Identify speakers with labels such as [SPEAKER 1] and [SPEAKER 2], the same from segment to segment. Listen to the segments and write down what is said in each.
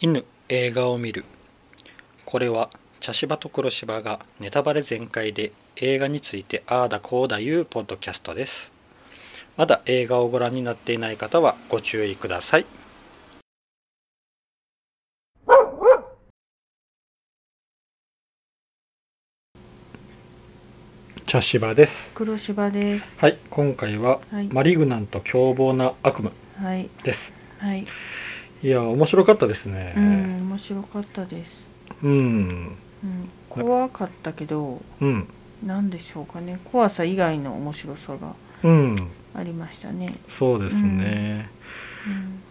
[SPEAKER 1] 犬映画を見るこれは茶芝と黒芝がネタバレ全開で映画についてああだこうだいうポッドキャストですまだ映画をご覧になっていない方はご注意ください茶芝です
[SPEAKER 2] 黒芝です。
[SPEAKER 1] はい今回は
[SPEAKER 2] はい。
[SPEAKER 1] マリグナント凶暴な悪夢
[SPEAKER 2] はい。
[SPEAKER 1] です
[SPEAKER 2] はい。
[SPEAKER 1] いや面白かったですね
[SPEAKER 2] うん、面白かったです。
[SPEAKER 1] うん
[SPEAKER 2] うん、怖かったけど、
[SPEAKER 1] うん
[SPEAKER 2] なんでしょうかね。怖さ以外の面白さが
[SPEAKER 1] うん
[SPEAKER 2] ありましたね。
[SPEAKER 1] そうですね、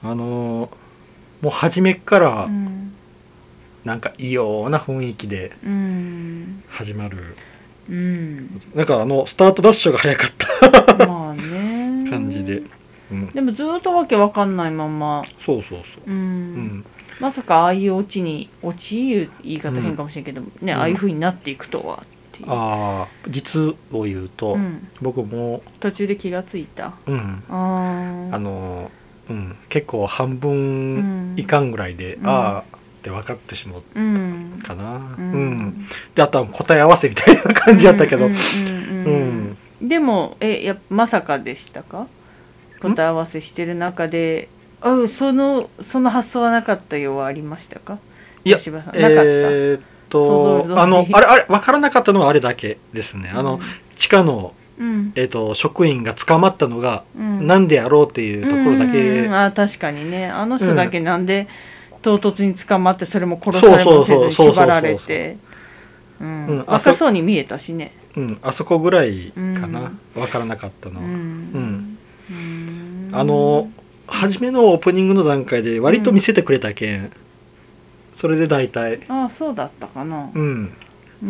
[SPEAKER 2] うん。
[SPEAKER 1] あのーもう初めっから
[SPEAKER 2] うん。
[SPEAKER 1] なんか異様な雰囲気で
[SPEAKER 2] うん。
[SPEAKER 1] 始まる、
[SPEAKER 2] うん。
[SPEAKER 1] なんかあのスタートダッシュが早かった
[SPEAKER 2] まあね。
[SPEAKER 1] 感じで、うん、
[SPEAKER 2] でもずっとわけわかんないまま。
[SPEAKER 1] そうそうそうう、
[SPEAKER 2] ん
[SPEAKER 1] うん、
[SPEAKER 2] まさかああいうオチに落ちいう言い方変かもしれんけど、ね、
[SPEAKER 1] うん
[SPEAKER 2] ああいう風になっていくとはっていう、
[SPEAKER 1] ああ実を言うと、
[SPEAKER 2] うん、
[SPEAKER 1] 僕も、
[SPEAKER 2] 途中で気がついた
[SPEAKER 1] うん、
[SPEAKER 2] あー
[SPEAKER 1] あのーうん、結構半
[SPEAKER 2] う
[SPEAKER 1] 分
[SPEAKER 2] ん
[SPEAKER 1] いかんぐらいで、
[SPEAKER 2] うん
[SPEAKER 1] ああって分かってしまう
[SPEAKER 2] うん
[SPEAKER 1] かな、う
[SPEAKER 2] うんん
[SPEAKER 1] であとは答え合わせみたいな感じやったけど、
[SPEAKER 2] うんうん
[SPEAKER 1] うん
[SPEAKER 2] うんうんでもえやっぱまさかでしたか答え合わせしてる中であそのその発想はなかったようはありましたか
[SPEAKER 1] いや
[SPEAKER 2] 吉村さんなかった、
[SPEAKER 1] えーっ
[SPEAKER 2] 想
[SPEAKER 1] と
[SPEAKER 2] 像通り
[SPEAKER 1] あのあれあれ分からなかったのはあれだけですねあの、地下の、
[SPEAKER 2] うん、
[SPEAKER 1] えー、と職員が捕まったのが
[SPEAKER 2] うん
[SPEAKER 1] なんでやろうっていうところだ
[SPEAKER 2] うんうんう
[SPEAKER 1] け
[SPEAKER 2] んあ確かにねあの人だけなんで唐突に捕まってそれも殺され
[SPEAKER 1] そ
[SPEAKER 2] も
[SPEAKER 1] うそうそう
[SPEAKER 2] せず
[SPEAKER 1] そうそうそう
[SPEAKER 2] 縛られてうん
[SPEAKER 1] うんあそ
[SPEAKER 2] 若そうに見えたしね
[SPEAKER 1] うんあそこぐらいかな
[SPEAKER 2] うん
[SPEAKER 1] 分からなかったの
[SPEAKER 2] う
[SPEAKER 1] は、
[SPEAKER 2] んうん
[SPEAKER 1] あの初めのオープニングの段階で割と見せてくれたけんそれで大体
[SPEAKER 2] あそうだったかな
[SPEAKER 1] うん
[SPEAKER 2] うー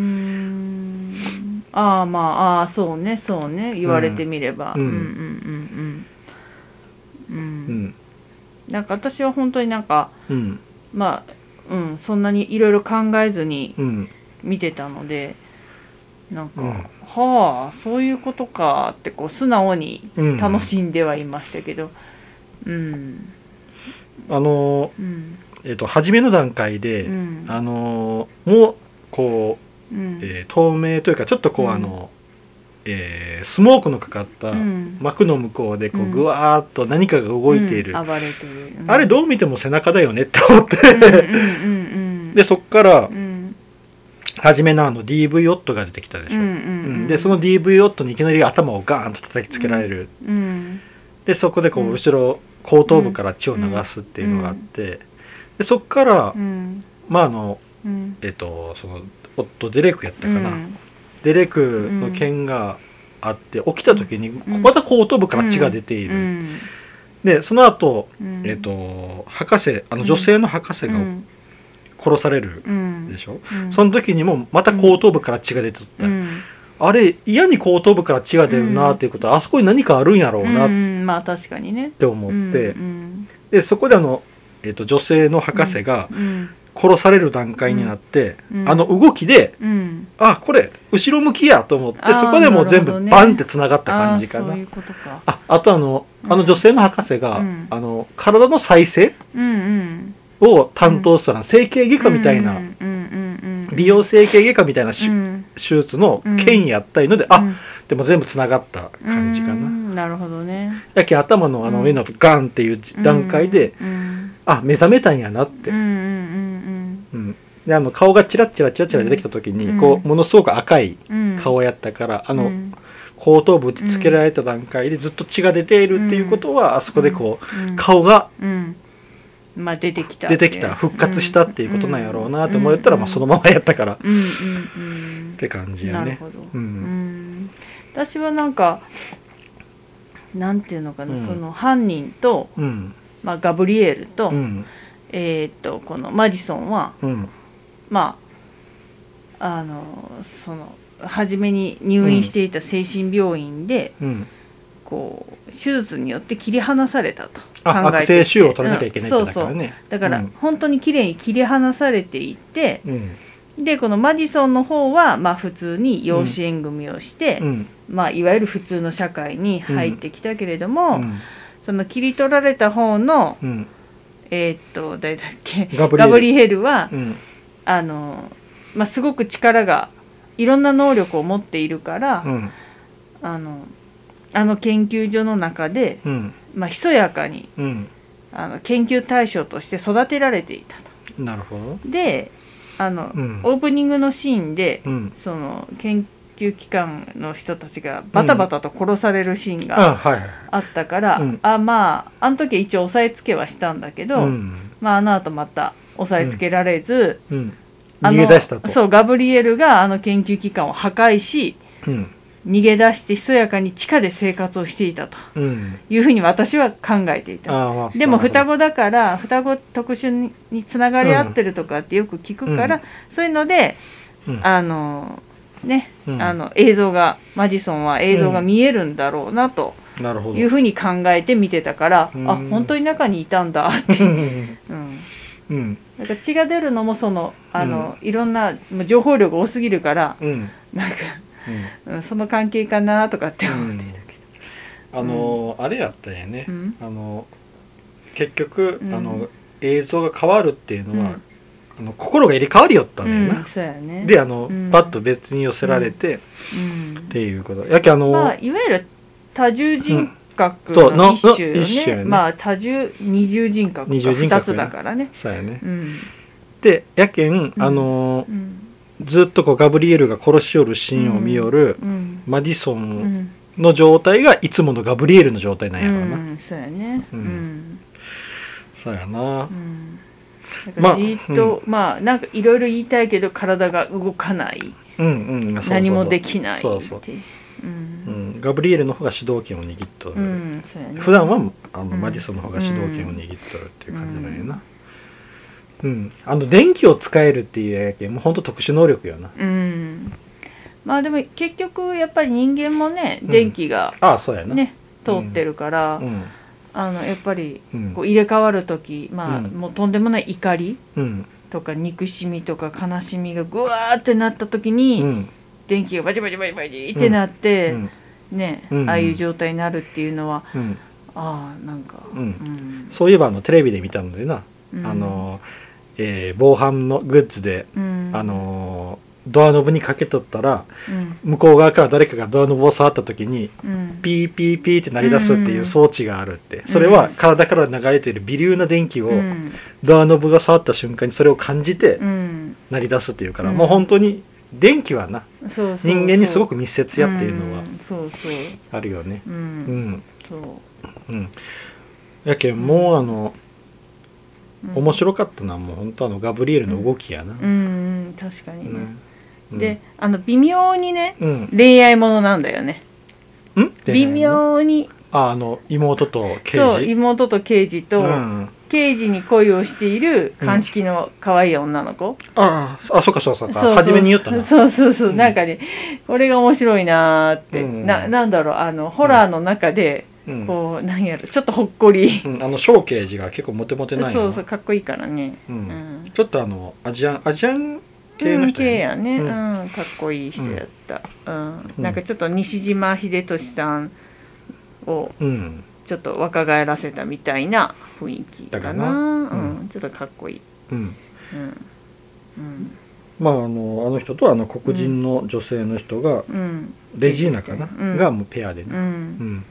[SPEAKER 2] んああまあああそうねそうね言われてみれば、
[SPEAKER 1] う
[SPEAKER 2] うんん、うんうん
[SPEAKER 1] う
[SPEAKER 2] うんうんうん
[SPEAKER 1] ん
[SPEAKER 2] なんか私は本当になんか
[SPEAKER 1] うん
[SPEAKER 2] まあうんそんなにいろいろ考えずに
[SPEAKER 1] うん
[SPEAKER 2] 見てたのでなんか、
[SPEAKER 1] うん
[SPEAKER 2] はあそういうことかってこう素直に
[SPEAKER 1] うん
[SPEAKER 2] 楽しんではいましたけどうん
[SPEAKER 1] あの
[SPEAKER 2] うん
[SPEAKER 1] えっ、と初めの段階で、
[SPEAKER 2] うん
[SPEAKER 1] あのもうこう、
[SPEAKER 2] うん
[SPEAKER 1] えー透明というかちょっとこう、
[SPEAKER 2] うん
[SPEAKER 1] あの、えースモークのかかった、
[SPEAKER 2] うん
[SPEAKER 1] 幕の向こうでこ
[SPEAKER 2] う
[SPEAKER 1] うんぐわーっと何かが動いている、
[SPEAKER 2] うん暴れている、
[SPEAKER 1] あれ
[SPEAKER 2] う
[SPEAKER 1] どう見ても背中だよねって思って、
[SPEAKER 2] んうんうんう ん
[SPEAKER 1] でそっから
[SPEAKER 2] うん
[SPEAKER 1] 初めのあの DV オットが出てきたでしょ、
[SPEAKER 2] うん
[SPEAKER 1] う
[SPEAKER 2] う
[SPEAKER 1] ん
[SPEAKER 2] うん
[SPEAKER 1] んでその DV オットにいきなり頭をガーンと叩きつけられる、
[SPEAKER 2] うん
[SPEAKER 1] でそこでこ
[SPEAKER 2] う
[SPEAKER 1] うん後ろ後頭部から血を流すっていうのがあってでそっから、
[SPEAKER 2] うん
[SPEAKER 1] まああの
[SPEAKER 2] うん
[SPEAKER 1] えっ、とそのオットデレクやったかな、
[SPEAKER 2] うん
[SPEAKER 1] デレクの件があって起きた時に
[SPEAKER 2] うん
[SPEAKER 1] また後頭部から血が出ていうる、
[SPEAKER 2] ん
[SPEAKER 1] でその後
[SPEAKER 2] うん
[SPEAKER 1] えっ、と博士あの女性の博士が殺される
[SPEAKER 2] うん
[SPEAKER 1] でしょ、
[SPEAKER 2] うん
[SPEAKER 1] その時にもまた後頭部から血が出てった、
[SPEAKER 2] うん
[SPEAKER 1] あれ嫌に後頭部から血が出るなっていうことは、あそこに何かあるんやろうな
[SPEAKER 2] う
[SPEAKER 1] っ
[SPEAKER 2] んまあ確かにね
[SPEAKER 1] て思って、
[SPEAKER 2] うん
[SPEAKER 1] でそこであの、えっと女性の博士が
[SPEAKER 2] うん
[SPEAKER 1] 殺される段階になって、
[SPEAKER 2] うん
[SPEAKER 1] あの動きで
[SPEAKER 2] うん
[SPEAKER 1] あこれ後ろ向きやと思って
[SPEAKER 2] あー
[SPEAKER 1] そこでもう全
[SPEAKER 2] なる
[SPEAKER 1] 部
[SPEAKER 2] ほどね
[SPEAKER 1] バンってつながった
[SPEAKER 2] あ
[SPEAKER 1] 感
[SPEAKER 2] あ
[SPEAKER 1] じかな
[SPEAKER 2] そういうことか
[SPEAKER 1] ああとあの
[SPEAKER 2] うん
[SPEAKER 1] あの女性の博士が、
[SPEAKER 2] うん
[SPEAKER 1] あの体の再生
[SPEAKER 2] うんうん
[SPEAKER 1] を担当したら整形外科みたいな、
[SPEAKER 2] うんうんうんうん
[SPEAKER 1] 美容整形外科みたいなし、
[SPEAKER 2] うん
[SPEAKER 1] 手術の権威やったいので、
[SPEAKER 2] う
[SPEAKER 1] あ
[SPEAKER 2] ん
[SPEAKER 1] でも全部つながった感じか
[SPEAKER 2] う
[SPEAKER 1] な。
[SPEAKER 2] んなるほどね
[SPEAKER 1] やけん頭のあの
[SPEAKER 2] うん
[SPEAKER 1] 上のガンっていう段階で、
[SPEAKER 2] うん
[SPEAKER 1] あ目覚めたんやなって、
[SPEAKER 2] うん
[SPEAKER 1] うん
[SPEAKER 2] うん
[SPEAKER 1] であの顔がチラッチラチラチラ出てきた時に、
[SPEAKER 2] うん
[SPEAKER 1] こうものすごく赤い
[SPEAKER 2] うんうん
[SPEAKER 1] 顔やったから、あ
[SPEAKER 2] あ
[SPEAKER 1] の後頭部につけられた段階でずっと血が出ているっていうことは、あそこでこう、顔が
[SPEAKER 2] うんまあ出てきた
[SPEAKER 1] 出てきた復活したっていうことなんやろうなって思ったら、まあ、そのままやったからっ
[SPEAKER 2] うんうん
[SPEAKER 1] て感
[SPEAKER 2] う
[SPEAKER 1] じ
[SPEAKER 2] ん
[SPEAKER 1] や
[SPEAKER 2] なる
[SPEAKER 1] ね。
[SPEAKER 2] ほど
[SPEAKER 1] う
[SPEAKER 2] うんん私はなんかなんていうのかな、
[SPEAKER 1] うん
[SPEAKER 2] その犯人と、
[SPEAKER 1] うん
[SPEAKER 2] まあ、ガブリエルと,、
[SPEAKER 1] うん
[SPEAKER 2] えーっとこのマジソンは
[SPEAKER 1] うん
[SPEAKER 2] まああのその初めに入院していた精神病院で、
[SPEAKER 1] うん
[SPEAKER 2] こう手術によって切り離されたと
[SPEAKER 1] あ
[SPEAKER 2] 考
[SPEAKER 1] 悪
[SPEAKER 2] え
[SPEAKER 1] 性
[SPEAKER 2] ていて
[SPEAKER 1] 腫瘍を取らなきゃいけないって
[SPEAKER 2] うん
[SPEAKER 1] だ
[SPEAKER 2] そ
[SPEAKER 1] か
[SPEAKER 2] う
[SPEAKER 1] ら
[SPEAKER 2] そう
[SPEAKER 1] ね。
[SPEAKER 2] だから、
[SPEAKER 1] うん
[SPEAKER 2] 本当に綺麗に切り離されていって
[SPEAKER 1] うん
[SPEAKER 2] でこのマジソンの方は、まあ、普通に養子縁組をして、
[SPEAKER 1] うん
[SPEAKER 2] まあ、いわゆる普通の社会に入ってきたけれど
[SPEAKER 1] う
[SPEAKER 2] も、
[SPEAKER 1] ん
[SPEAKER 2] その切り取られた方の、
[SPEAKER 1] うん
[SPEAKER 2] えーっと誰だっけ
[SPEAKER 1] ガブリエル
[SPEAKER 2] ガブリヘルは
[SPEAKER 1] うん
[SPEAKER 2] あの、まあ、すごく力がいろんな能力を持っているから、
[SPEAKER 1] うん
[SPEAKER 2] あのあの研究所の中で、
[SPEAKER 1] うん
[SPEAKER 2] まあ、ひそやかに
[SPEAKER 1] うん
[SPEAKER 2] あの研究対象として育てられていた
[SPEAKER 1] なるほど
[SPEAKER 2] と。であの、
[SPEAKER 1] うん
[SPEAKER 2] オープニングのシーンで
[SPEAKER 1] うん
[SPEAKER 2] その研究機関の人たちがバタバタと殺されるシーンが
[SPEAKER 1] あはいはい
[SPEAKER 2] あったから、
[SPEAKER 1] うん
[SPEAKER 2] あまああの時は一応押さえつけはしたんだけど、
[SPEAKER 1] ん
[SPEAKER 2] まあ、あの後また押さえつけられず。
[SPEAKER 1] うん
[SPEAKER 2] あ
[SPEAKER 1] 逃げ
[SPEAKER 2] の
[SPEAKER 1] 出したと
[SPEAKER 2] そうガブリエルがあの研究機関を破壊し
[SPEAKER 1] うん
[SPEAKER 2] 逃げ出してひそやかに地下で生活をしていたと
[SPEAKER 1] うん
[SPEAKER 2] いうふうに私は考えていた
[SPEAKER 1] あまあ
[SPEAKER 2] でも双
[SPEAKER 1] 子
[SPEAKER 2] 子だから双子特殊につながり合ってるとかってよく聞くから、
[SPEAKER 1] う
[SPEAKER 2] そういうので
[SPEAKER 1] うん
[SPEAKER 2] あのね、
[SPEAKER 1] うん
[SPEAKER 2] あの映像がマジソンは映像が見えるんだろうなと
[SPEAKER 1] なるほど
[SPEAKER 2] いうふうに考えて見てたから、
[SPEAKER 1] うん
[SPEAKER 2] あ本当に中にいたん だ、
[SPEAKER 1] うん
[SPEAKER 2] うん、
[SPEAKER 1] うん
[SPEAKER 2] なんか血が出るのもそのあの、いろんなもう情報量が多すぎるから
[SPEAKER 1] うん
[SPEAKER 2] なんか、
[SPEAKER 1] うん
[SPEAKER 2] うん、その関係かなとかって思ってたけ
[SPEAKER 1] あのーあれやったんやね
[SPEAKER 2] ど、うん
[SPEAKER 1] あの結局あ
[SPEAKER 2] うん
[SPEAKER 1] の映像が変わるっていう
[SPEAKER 2] う
[SPEAKER 1] のは
[SPEAKER 2] ん
[SPEAKER 1] あの心が入れ替わりよったんだよ
[SPEAKER 2] うん
[SPEAKER 1] な
[SPEAKER 2] そうやね
[SPEAKER 1] であの
[SPEAKER 2] うん
[SPEAKER 1] パッと別に寄せられてっ
[SPEAKER 2] うん
[SPEAKER 1] ていうことやけあ
[SPEAKER 2] まあ
[SPEAKER 1] の
[SPEAKER 2] いわゆる多重人格
[SPEAKER 1] うんそうの
[SPEAKER 2] の一種よ
[SPEAKER 1] の一種
[SPEAKER 2] ね,、
[SPEAKER 1] やね
[SPEAKER 2] まあ多重二重人格
[SPEAKER 1] 二重
[SPEAKER 2] が
[SPEAKER 1] 人格
[SPEAKER 2] 二つだからね
[SPEAKER 1] そうやね
[SPEAKER 2] うん
[SPEAKER 1] でやけん
[SPEAKER 2] うん
[SPEAKER 1] あのー
[SPEAKER 2] うん
[SPEAKER 1] ずっとこうガブリエルが殺しよるシーンを見よる
[SPEAKER 2] うん
[SPEAKER 1] マディソ
[SPEAKER 2] う
[SPEAKER 1] ン
[SPEAKER 2] ん
[SPEAKER 1] の状態がいつものガブリエルの状態なんやから
[SPEAKER 2] う
[SPEAKER 1] なん
[SPEAKER 2] そうやね
[SPEAKER 1] う
[SPEAKER 2] うんん
[SPEAKER 1] そうやな
[SPEAKER 2] うん
[SPEAKER 1] ま
[SPEAKER 2] な
[SPEAKER 1] あ
[SPEAKER 2] んかじーっと、まあ、なんかいろいろ言いたいけど体が動かない
[SPEAKER 1] うんうんそうそうそう
[SPEAKER 2] 何もできないってい
[SPEAKER 1] そうそう
[SPEAKER 2] う、
[SPEAKER 1] うんんガブリエルの方が主導権を握っと
[SPEAKER 2] う
[SPEAKER 1] る
[SPEAKER 2] んそうやね、
[SPEAKER 1] 普段はあの、
[SPEAKER 2] うん
[SPEAKER 1] マディソンの方が主導権を握ってるっていう感じなんやなうん、あの電気を使えるっていうやけんもうほんと特殊能力よな
[SPEAKER 2] うんまあでも結局やっぱり人間もね
[SPEAKER 1] うん
[SPEAKER 2] 電気が
[SPEAKER 1] ああそうやな
[SPEAKER 2] ね、通ってるから、
[SPEAKER 1] うん
[SPEAKER 2] あのやっぱり
[SPEAKER 1] うん
[SPEAKER 2] こう入れ替わる時、まあ、
[SPEAKER 1] うん
[SPEAKER 2] もうとんでもない怒り
[SPEAKER 1] うん
[SPEAKER 2] とか憎しみとか悲しみがぐわーってなった時
[SPEAKER 1] う
[SPEAKER 2] に、
[SPEAKER 1] ん
[SPEAKER 2] 電気がバチバチバチバチってな
[SPEAKER 1] う
[SPEAKER 2] って、
[SPEAKER 1] ん
[SPEAKER 2] ね、
[SPEAKER 1] うん
[SPEAKER 2] ああいう状態になるっていうのは
[SPEAKER 1] うん
[SPEAKER 2] ああなんか、
[SPEAKER 1] うん
[SPEAKER 2] うん
[SPEAKER 1] そういえばあのテレビで見たのでな、
[SPEAKER 2] うん
[SPEAKER 1] あの、えー防犯のグッズで、
[SPEAKER 2] うん
[SPEAKER 1] あのドアノブにかけとったら
[SPEAKER 2] うん
[SPEAKER 1] 向こう側から誰かがドアノブを触った時に
[SPEAKER 2] うん
[SPEAKER 1] ピーピーピーって鳴り出すっていう装置があるって、
[SPEAKER 2] ん
[SPEAKER 1] それは体から流れている微粒な電気を、
[SPEAKER 2] うん
[SPEAKER 1] ドアノブが触った瞬間にそれを感じて
[SPEAKER 2] うん
[SPEAKER 1] 鳴り出すっていうから、
[SPEAKER 2] うん
[SPEAKER 1] もう本当に電気はな
[SPEAKER 2] そうそうそう
[SPEAKER 1] 人間にすごく密接やっていうのは
[SPEAKER 2] んそうそう
[SPEAKER 1] あるよね
[SPEAKER 2] う、
[SPEAKER 1] うんん
[SPEAKER 2] そう、
[SPEAKER 1] うんやけんもうあの
[SPEAKER 2] うん
[SPEAKER 1] 面白かったのはもう本当あのガブリエルの動きやな、
[SPEAKER 2] うんうん確かにね、
[SPEAKER 1] うん
[SPEAKER 2] であの微妙にね
[SPEAKER 1] うん、
[SPEAKER 2] 恋愛ものなんだよね
[SPEAKER 1] うん、
[SPEAKER 2] 微妙に
[SPEAKER 1] ああの妹と刑
[SPEAKER 2] そう
[SPEAKER 1] 事
[SPEAKER 2] 妹と刑事と、
[SPEAKER 1] うん、
[SPEAKER 2] 刑事に恋をしている鑑識の可愛い女の子、
[SPEAKER 1] あああそうかそうかそう
[SPEAKER 2] そ
[SPEAKER 1] か
[SPEAKER 2] うそう
[SPEAKER 1] 初めに言ったな
[SPEAKER 2] そうそうそう、
[SPEAKER 1] うん
[SPEAKER 2] なんかねこれが面白いなーって、
[SPEAKER 1] うん
[SPEAKER 2] ななんだろうあのホラーの中で、
[SPEAKER 1] うん
[SPEAKER 2] こうなんやろちょっとほっこり、
[SPEAKER 1] うんあの小刑事が結構モテモテない
[SPEAKER 2] そうそうかっこいいからねうん、
[SPEAKER 1] ちょっとあのアジアンアジアン系の人
[SPEAKER 2] うん系
[SPEAKER 1] やね
[SPEAKER 2] やね、
[SPEAKER 1] う
[SPEAKER 2] うんんかっこいい人やった、うん
[SPEAKER 1] うん
[SPEAKER 2] なんかちょっと西島秀俊さんを
[SPEAKER 1] うん
[SPEAKER 2] ちょっと若返らせたみたいな雰囲気か
[SPEAKER 1] だ
[SPEAKER 2] な
[SPEAKER 1] からな
[SPEAKER 2] うんちょっとかっこいい、
[SPEAKER 1] うん
[SPEAKER 2] うんうん
[SPEAKER 1] まあ、あのあの人とあの黒人の女性の人が、
[SPEAKER 2] うん
[SPEAKER 1] レジーナかな、
[SPEAKER 2] うん
[SPEAKER 1] がもうペアで
[SPEAKER 2] う
[SPEAKER 1] ね、うん
[SPEAKER 2] ん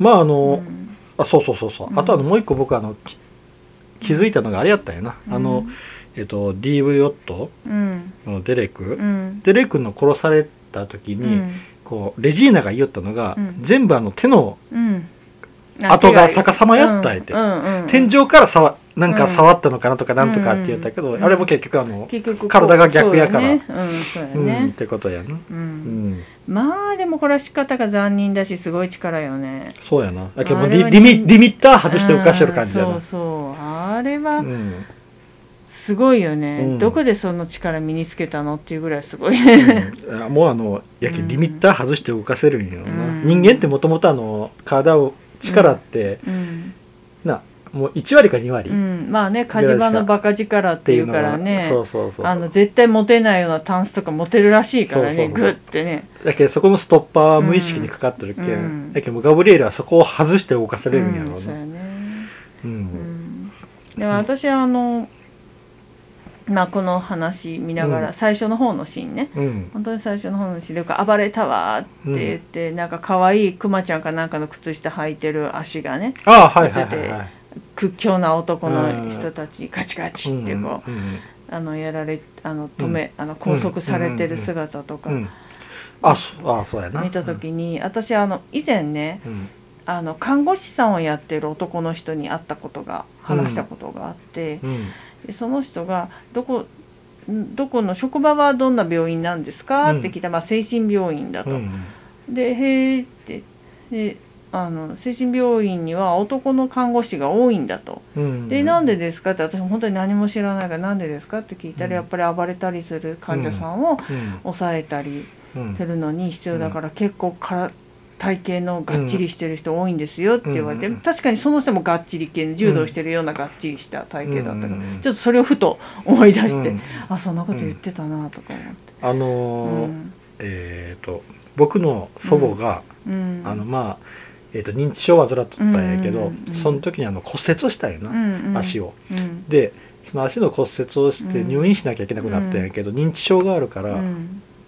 [SPEAKER 1] まああ
[SPEAKER 2] う
[SPEAKER 1] の、
[SPEAKER 2] ん
[SPEAKER 1] あそうそうそうそう、
[SPEAKER 2] うん
[SPEAKER 1] あとあのもう一個僕あのき気づいたのがあれやったんやな、あの、えっと DV ヨット
[SPEAKER 2] うん
[SPEAKER 1] のデレク、
[SPEAKER 2] うん
[SPEAKER 1] デレクの殺された時
[SPEAKER 2] う
[SPEAKER 1] に、
[SPEAKER 2] ん
[SPEAKER 1] こうレジーナが言おったのが、
[SPEAKER 2] うん
[SPEAKER 1] 全部あの手の
[SPEAKER 2] うん
[SPEAKER 1] 跡が逆さまやったんやて、
[SPEAKER 2] うんうんうん
[SPEAKER 1] 天井からさわなんか触ったのかなとかなんとかって言ったけど、
[SPEAKER 2] うん
[SPEAKER 1] あれも結局あの、
[SPEAKER 2] 結局こう
[SPEAKER 1] 体が逆やから
[SPEAKER 2] そうよねうんそうや
[SPEAKER 1] うんっ
[SPEAKER 2] ね、
[SPEAKER 1] てことやな、
[SPEAKER 2] うん
[SPEAKER 1] うん、
[SPEAKER 2] まあでもこれは仕方が残忍だしすごい力よね
[SPEAKER 1] そうやなだけどもう
[SPEAKER 2] あれ
[SPEAKER 1] リ
[SPEAKER 2] は
[SPEAKER 1] リミ
[SPEAKER 2] 人
[SPEAKER 1] リミッター外して犯してる感じや
[SPEAKER 2] う
[SPEAKER 1] なん
[SPEAKER 2] そうそうあれ
[SPEAKER 1] う
[SPEAKER 2] は
[SPEAKER 1] ん
[SPEAKER 2] すごいよね、
[SPEAKER 1] うん
[SPEAKER 2] どこでその力身につけたのっていうぐらいすごい
[SPEAKER 1] うんあもうあのやけ
[SPEAKER 2] うんん
[SPEAKER 1] リミッター外して動かせるんよな、
[SPEAKER 2] うん
[SPEAKER 1] 人間ってもともとあの体を力って、
[SPEAKER 2] うん、
[SPEAKER 1] もう1割か2割
[SPEAKER 2] う
[SPEAKER 1] っ
[SPEAKER 2] ん、まあね火事場のバカ力っててい
[SPEAKER 1] いう
[SPEAKER 2] う
[SPEAKER 1] の
[SPEAKER 2] か
[SPEAKER 1] が
[SPEAKER 2] らね
[SPEAKER 1] そうそうそう
[SPEAKER 2] あの絶対持てないようなタンスとか持てるらしいから
[SPEAKER 1] そう
[SPEAKER 2] ね
[SPEAKER 1] そう
[SPEAKER 2] グッてね
[SPEAKER 1] だけどそこのストッパーは無意識にかかってるけん、
[SPEAKER 2] うん
[SPEAKER 1] だけどもうガブリエルはそこを外して動かせれるんやろう
[SPEAKER 2] うん、そう
[SPEAKER 1] な、
[SPEAKER 2] やね、
[SPEAKER 1] うん
[SPEAKER 2] うんでも私はあの、まあ、この話見なが
[SPEAKER 1] う
[SPEAKER 2] ら
[SPEAKER 1] ん
[SPEAKER 2] 最初の方のシーンね、
[SPEAKER 1] うん
[SPEAKER 2] 本当に最初の方のシーンで「暴れたわ」って言って、なんか可愛いクマちゃんかなんかの靴下履いてる足がね
[SPEAKER 1] ああはいはいはいはい
[SPEAKER 2] 屈強な男の人たちにカチカチ
[SPEAKER 1] うん
[SPEAKER 2] ってこう、
[SPEAKER 1] うん
[SPEAKER 2] あのやられあの止め、あの拘束されてる姿とか
[SPEAKER 1] うんあそあそうやな
[SPEAKER 2] 見た時に、私あの以前ね
[SPEAKER 1] うん
[SPEAKER 2] あの看護師さんをやってる男の人に会ったことが話したことがあって、
[SPEAKER 1] うん
[SPEAKER 2] でその人がどこんどこの職場はどんな病院なんですか?」
[SPEAKER 1] うん
[SPEAKER 2] って聞いたら、まあ、精神病院だ
[SPEAKER 1] う
[SPEAKER 2] と。
[SPEAKER 1] ん
[SPEAKER 2] で「へえ」ってであの精神病院には男の看護師が多いんだと。
[SPEAKER 1] うん
[SPEAKER 2] でなんでですかって私本当に何も知らないからなんでですかって聞いたら、
[SPEAKER 1] うん
[SPEAKER 2] やっぱり暴れたりする患者さんを
[SPEAKER 1] うん
[SPEAKER 2] 抑えたり
[SPEAKER 1] うん
[SPEAKER 2] するのに必要だから、結構から体型のがっちりしてる人多いんですよって言われて、
[SPEAKER 1] うん
[SPEAKER 2] 確かにその人もがっちり系の柔道してるようながっちりした体型だった
[SPEAKER 1] う
[SPEAKER 2] から、
[SPEAKER 1] ん
[SPEAKER 2] ちょっとそれをふと思い出して、
[SPEAKER 1] うん
[SPEAKER 2] あそんなこと言ってたなとか思って。
[SPEAKER 1] あ
[SPEAKER 2] う
[SPEAKER 1] のー
[SPEAKER 2] ん
[SPEAKER 1] えっと僕の祖母が
[SPEAKER 2] うん
[SPEAKER 1] あのまあえーと認知症を患っとったんやけ
[SPEAKER 2] う
[SPEAKER 1] ど
[SPEAKER 2] んうんうん
[SPEAKER 1] その時にあの骨折したんや
[SPEAKER 2] う
[SPEAKER 1] なん
[SPEAKER 2] うん
[SPEAKER 1] 足を
[SPEAKER 2] うん
[SPEAKER 1] でその足の骨折をして
[SPEAKER 2] うん
[SPEAKER 1] 入院しなきゃいけなくなったんやけど、認知症があるか
[SPEAKER 2] う
[SPEAKER 1] ら
[SPEAKER 2] ん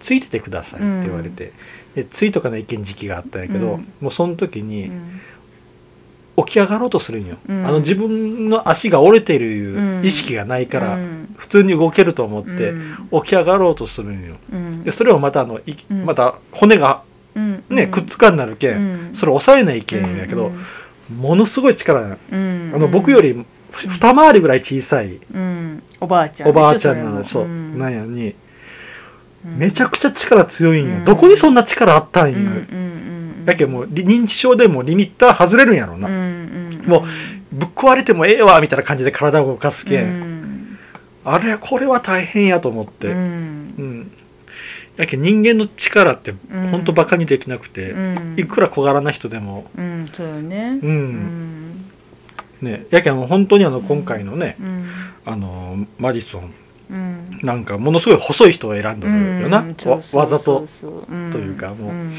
[SPEAKER 1] ついててくださいって言われて、でついとかないけん時期があったんやけど、
[SPEAKER 2] うん
[SPEAKER 1] もうその時に
[SPEAKER 2] うん
[SPEAKER 1] 起き上がろうとするんよ、
[SPEAKER 2] うん
[SPEAKER 1] あの自分の足が折れている
[SPEAKER 2] うん
[SPEAKER 1] 意識がないから、
[SPEAKER 2] うん
[SPEAKER 1] 普通に動けると思って
[SPEAKER 2] うん
[SPEAKER 1] 起き上がろうとするんよ
[SPEAKER 2] うん
[SPEAKER 1] でそれをまたあのい
[SPEAKER 2] うん
[SPEAKER 1] また骨が
[SPEAKER 2] うん
[SPEAKER 1] ね、くっつかんなるけ、
[SPEAKER 2] うんん
[SPEAKER 1] それ抑えないけんやけど、ものすごい力なんや
[SPEAKER 2] うん
[SPEAKER 1] あの僕よ、り二回りぐらい小さい
[SPEAKER 2] うん、おばあちゃん
[SPEAKER 1] お
[SPEAKER 2] でしょ
[SPEAKER 1] ばあちゃんなの
[SPEAKER 2] そ
[SPEAKER 1] そう
[SPEAKER 2] れ
[SPEAKER 1] う
[SPEAKER 2] もうん
[SPEAKER 1] なんやに
[SPEAKER 2] うん
[SPEAKER 1] めちゃくちゃ力強いんや、
[SPEAKER 2] うん
[SPEAKER 1] どこにそんな力あったん
[SPEAKER 2] うん
[SPEAKER 1] や、
[SPEAKER 2] うんうん
[SPEAKER 1] だけどもうり認知症でもリミッター外れるんやろな、
[SPEAKER 2] うんうんうん
[SPEAKER 1] もぶっ壊れてもええわみたいな感じで体を動かすけ、、
[SPEAKER 2] うんん
[SPEAKER 1] あれこれは大変やと思って
[SPEAKER 2] う
[SPEAKER 1] うん、
[SPEAKER 2] ん
[SPEAKER 1] だけど人間の力って
[SPEAKER 2] うん
[SPEAKER 1] ほんとバカにできなくて、
[SPEAKER 2] うん
[SPEAKER 1] いくら小柄な人でも
[SPEAKER 2] うんそうよね
[SPEAKER 1] う、
[SPEAKER 2] うんん
[SPEAKER 1] ねやけん本当にあの
[SPEAKER 2] うん
[SPEAKER 1] 今回のね、
[SPEAKER 2] うん
[SPEAKER 1] あのマディソン
[SPEAKER 2] うん
[SPEAKER 1] なんかものすごい細い人を選んどるよな、
[SPEAKER 2] うんそうそう
[SPEAKER 1] わわざと、
[SPEAKER 2] そそ
[SPEAKER 1] というかもうん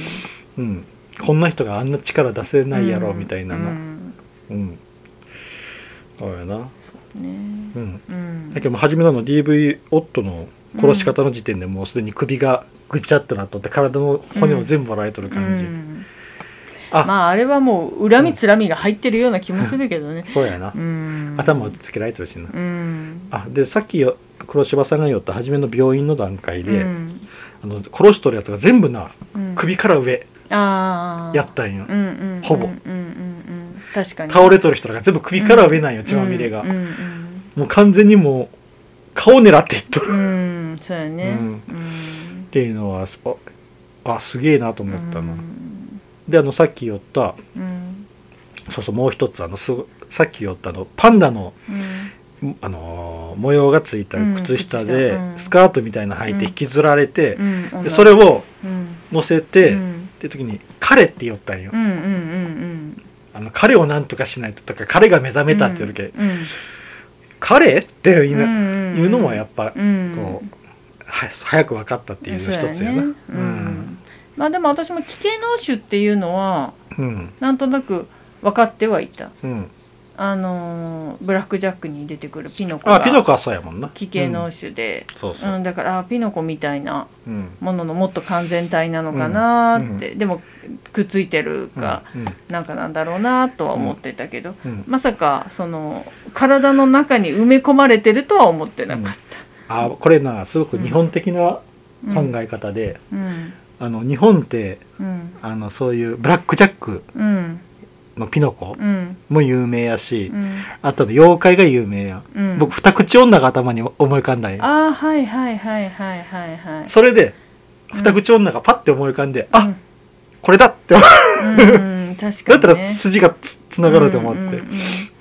[SPEAKER 1] うん、こんな人があんな力出せないやろ
[SPEAKER 2] うん
[SPEAKER 1] みたいな
[SPEAKER 2] う
[SPEAKER 1] な、
[SPEAKER 2] ん
[SPEAKER 1] うん。そうやな。
[SPEAKER 2] そう
[SPEAKER 1] う
[SPEAKER 2] ね
[SPEAKER 1] ん。
[SPEAKER 2] うん
[SPEAKER 1] だけどもう初めのあの DV 夫の殺し方の時点でもうすでに首がぐちゃっとなっとって体の骨を全部もらえとる感じ、
[SPEAKER 2] うん
[SPEAKER 1] あ
[SPEAKER 2] まああれはもう恨みつらみが入ってるような気もするけどね
[SPEAKER 1] そうやな、
[SPEAKER 2] うん
[SPEAKER 1] 頭をつけられてるしな、
[SPEAKER 2] うん
[SPEAKER 1] あでさっきよ黒柴さんが言った初めの病院の段階で、
[SPEAKER 2] うん
[SPEAKER 1] あの殺しとるやつが全部な
[SPEAKER 2] うん
[SPEAKER 1] 首から上
[SPEAKER 2] ああ
[SPEAKER 1] やったんよ、
[SPEAKER 2] うんうんうんうん
[SPEAKER 1] ほぼ
[SPEAKER 2] うんうん確かに
[SPEAKER 1] 倒れとる人らが全部首から上なんよ、血まみれが、
[SPEAKER 2] うんうん
[SPEAKER 1] もう完全にもう顔狙っていっとる、っ
[SPEAKER 2] うん、うんそうやね
[SPEAKER 1] うん
[SPEAKER 2] うん
[SPEAKER 1] ていうのはそあすげえなと思ったな、
[SPEAKER 2] うん
[SPEAKER 1] であのさっき言った
[SPEAKER 2] うん
[SPEAKER 1] そうそうもう一つあのすごさっき言ったあのパンダの、
[SPEAKER 2] うん
[SPEAKER 1] あのー模様がついた靴下で、
[SPEAKER 2] うん靴下うん
[SPEAKER 1] スカートみたいなの履いて引きずられて
[SPEAKER 2] う、ん
[SPEAKER 1] でそれを
[SPEAKER 2] うん
[SPEAKER 1] 乗せて、
[SPEAKER 2] う
[SPEAKER 1] っ
[SPEAKER 2] ん
[SPEAKER 1] て時に「彼」って言ったんよ、
[SPEAKER 2] うんうんうん
[SPEAKER 1] あの彼をなんとかしないととか彼が目覚めたって言うけ、
[SPEAKER 2] うん
[SPEAKER 1] 彼って言
[SPEAKER 2] う
[SPEAKER 1] う,、
[SPEAKER 2] ん
[SPEAKER 1] 言うのもやっぱ、
[SPEAKER 2] うん
[SPEAKER 1] こうは早く分かったっていう一つやな
[SPEAKER 2] そうね
[SPEAKER 1] うん
[SPEAKER 2] うんまあでも私も危険脳腫っていうのは
[SPEAKER 1] うん
[SPEAKER 2] なんとなく分かってはいた
[SPEAKER 1] うん
[SPEAKER 2] あのーブラック・ジャックに出てくるピノコ
[SPEAKER 1] あピノ
[SPEAKER 2] が
[SPEAKER 1] コはそうやもんな
[SPEAKER 2] 危険
[SPEAKER 1] う
[SPEAKER 2] 脳
[SPEAKER 1] ん
[SPEAKER 2] 腫で、、
[SPEAKER 1] そうそううん
[SPEAKER 2] だからあピノコみたいな
[SPEAKER 1] うん
[SPEAKER 2] もののもっと完全体なのかなーって、でもくっついてるか、
[SPEAKER 1] うん
[SPEAKER 2] なんかなんだろうなとは思ってたけど、
[SPEAKER 1] うん
[SPEAKER 2] まさかその体の中に埋め込まれてるとは思ってなかっ
[SPEAKER 1] あこれなすごく日本的な
[SPEAKER 2] た、
[SPEAKER 1] 考え方で、
[SPEAKER 2] うん
[SPEAKER 1] あの日本って
[SPEAKER 2] うん
[SPEAKER 1] あのそういうブラック・ジャック
[SPEAKER 2] うん
[SPEAKER 1] のピノコ
[SPEAKER 2] うん
[SPEAKER 1] も有名やし、
[SPEAKER 2] うん
[SPEAKER 1] あとで妖怪が有名や、
[SPEAKER 2] うん
[SPEAKER 1] 僕二口女が頭に思い浮かんだんや
[SPEAKER 2] ああはいはいはいはいはいはい
[SPEAKER 1] それで
[SPEAKER 2] うん
[SPEAKER 1] 二口女がパッて思い浮かんで、
[SPEAKER 2] う
[SPEAKER 1] あ
[SPEAKER 2] ん
[SPEAKER 1] これだってだ
[SPEAKER 2] うん、確か
[SPEAKER 1] っ
[SPEAKER 2] に、
[SPEAKER 1] た
[SPEAKER 2] ね、
[SPEAKER 1] ら筋がつつながると思って、
[SPEAKER 2] うんうんうん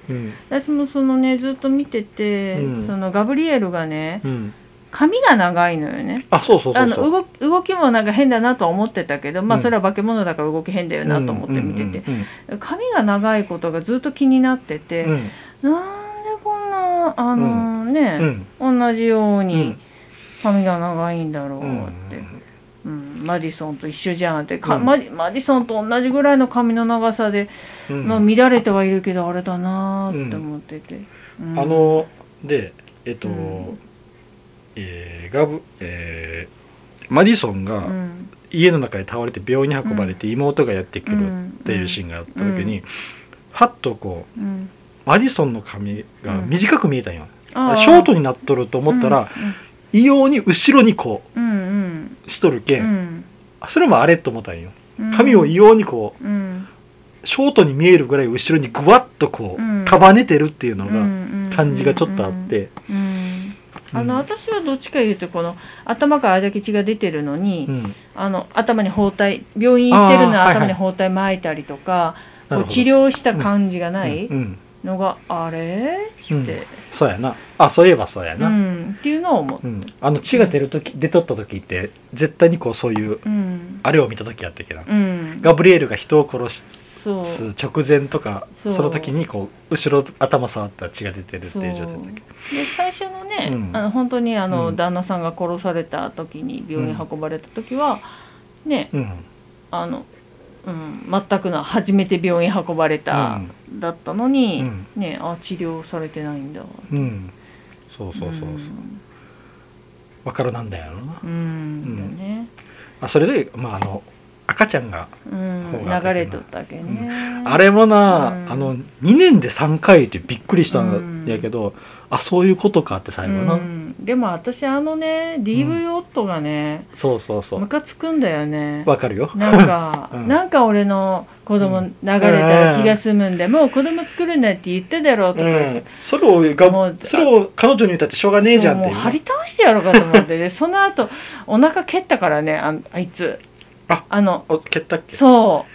[SPEAKER 1] うん
[SPEAKER 2] 私もそのねずっと見てて、
[SPEAKER 1] うん
[SPEAKER 2] そのガブリエルがね
[SPEAKER 1] うん
[SPEAKER 2] 髪が長いのよね
[SPEAKER 1] あそうそうそ
[SPEAKER 2] あ
[SPEAKER 1] う
[SPEAKER 2] の
[SPEAKER 1] そう
[SPEAKER 2] 動き動きもなんか変だなとは思ってたけど、まあ、
[SPEAKER 1] うん
[SPEAKER 2] それは化け物だから動き変だよなと思って見てて、髪が長いことがずっと気になってて、
[SPEAKER 1] うんうん
[SPEAKER 2] なんでこんなあのー
[SPEAKER 1] う
[SPEAKER 2] ね、
[SPEAKER 1] ん
[SPEAKER 2] 同じよう
[SPEAKER 1] うん
[SPEAKER 2] に髪が長いんだろう
[SPEAKER 1] う
[SPEAKER 2] っ
[SPEAKER 1] ん
[SPEAKER 2] て、うんマディソンと一緒じゃんってか、
[SPEAKER 1] うん
[SPEAKER 2] マディマディソンと同じぐらいの髪の長さで、
[SPEAKER 1] うん
[SPEAKER 2] まあ、乱れてはいるけどあれだなーって思ってて、うん
[SPEAKER 1] あのでえっと、
[SPEAKER 2] うん
[SPEAKER 1] えーガブ、えーマディソン
[SPEAKER 2] う
[SPEAKER 1] が
[SPEAKER 2] ん
[SPEAKER 1] 家の中で倒れて病院に運ばれて妹がやってく
[SPEAKER 2] う
[SPEAKER 1] る
[SPEAKER 2] ん
[SPEAKER 1] っていうシーンがあった時に、
[SPEAKER 2] う
[SPEAKER 1] はっとこう
[SPEAKER 2] うん
[SPEAKER 1] マディソンの髪が短く見えたんよ、
[SPEAKER 2] あ
[SPEAKER 1] ショートになっとると思ったら、異様に後ろにこ
[SPEAKER 2] うんうん
[SPEAKER 1] うしとるけ、
[SPEAKER 2] うんん
[SPEAKER 1] それもあれと思ったんよ
[SPEAKER 2] うん
[SPEAKER 1] 髪を異様にこ
[SPEAKER 2] うん
[SPEAKER 1] うショートに見えるぐらい後ろにぐわっとこ
[SPEAKER 2] うん
[SPEAKER 1] う束ねてるっていうの
[SPEAKER 2] う
[SPEAKER 1] が
[SPEAKER 2] んうん
[SPEAKER 1] 感じがちょっとあって、
[SPEAKER 2] うんあ
[SPEAKER 1] う
[SPEAKER 2] の
[SPEAKER 1] ん
[SPEAKER 2] 私はどっちかいうとこの頭からあれだけ血が出てるのに、
[SPEAKER 1] うん
[SPEAKER 2] あの頭に包帯病院行ってるのに
[SPEAKER 1] あーはいはい
[SPEAKER 2] 頭に包帯巻いたりとか、
[SPEAKER 1] なるほど
[SPEAKER 2] こう治療した感じがない
[SPEAKER 1] うんうん
[SPEAKER 2] のが、あれ
[SPEAKER 1] う
[SPEAKER 2] っ
[SPEAKER 1] ん
[SPEAKER 2] て、
[SPEAKER 1] そうやなあそういえばそうや
[SPEAKER 2] う
[SPEAKER 1] な、うん
[SPEAKER 2] んっていうのを思う。
[SPEAKER 1] あの血が出る時出とった時って絶対にこうそういう
[SPEAKER 2] うん
[SPEAKER 1] あれを見た時やったっけど、
[SPEAKER 2] うん、
[SPEAKER 1] ガブリエルが人を殺
[SPEAKER 2] そう
[SPEAKER 1] す直前とか
[SPEAKER 2] そう
[SPEAKER 1] その時にこう後ろ頭触ったら血が出てるって
[SPEAKER 2] そう
[SPEAKER 1] いう状態だったっけ
[SPEAKER 2] で最初のね、
[SPEAKER 1] うん
[SPEAKER 2] あの本当にあの、
[SPEAKER 1] うん
[SPEAKER 2] 旦那さんが殺された時に病院運ばれた時は、ね
[SPEAKER 1] うん
[SPEAKER 2] あの、うん、全くの初めて病院運ばれた、だったのに、
[SPEAKER 1] うん
[SPEAKER 2] ねあ治療されてないんだ
[SPEAKER 1] うん、うん、そうそうそうそう、わからなんだよな
[SPEAKER 2] うん、うんだね、
[SPEAKER 1] あそれでまああの赤ちゃんが
[SPEAKER 2] うん、
[SPEAKER 1] 方が
[SPEAKER 2] 流れとったわけね、
[SPEAKER 1] あれもな、
[SPEAKER 2] うん
[SPEAKER 1] あの2年で3回ってびっくりしたんやけど、あそういうことかって最後な、
[SPEAKER 2] うん、でも私あのね DV 夫がね、
[SPEAKER 1] そうそうそ
[SPEAKER 2] ム
[SPEAKER 1] う
[SPEAKER 2] カつくんだよね
[SPEAKER 1] わかるよ
[SPEAKER 2] なんか、
[SPEAKER 1] うん
[SPEAKER 2] なんか俺の子供流れたら気が済むんで、もう子供作るなって言ってだろう と
[SPEAKER 1] う
[SPEAKER 2] か言って、
[SPEAKER 1] ん、それをが
[SPEAKER 2] もう
[SPEAKER 1] それを彼女に言ったってしょうがねえじゃんっ
[SPEAKER 2] そう
[SPEAKER 1] て
[SPEAKER 2] もう
[SPEAKER 1] いう
[SPEAKER 2] 張り倒してやろうかと思ってでその後お腹蹴ったからねああいつ
[SPEAKER 1] あ
[SPEAKER 2] の
[SPEAKER 1] あ蹴ったっけ
[SPEAKER 2] そ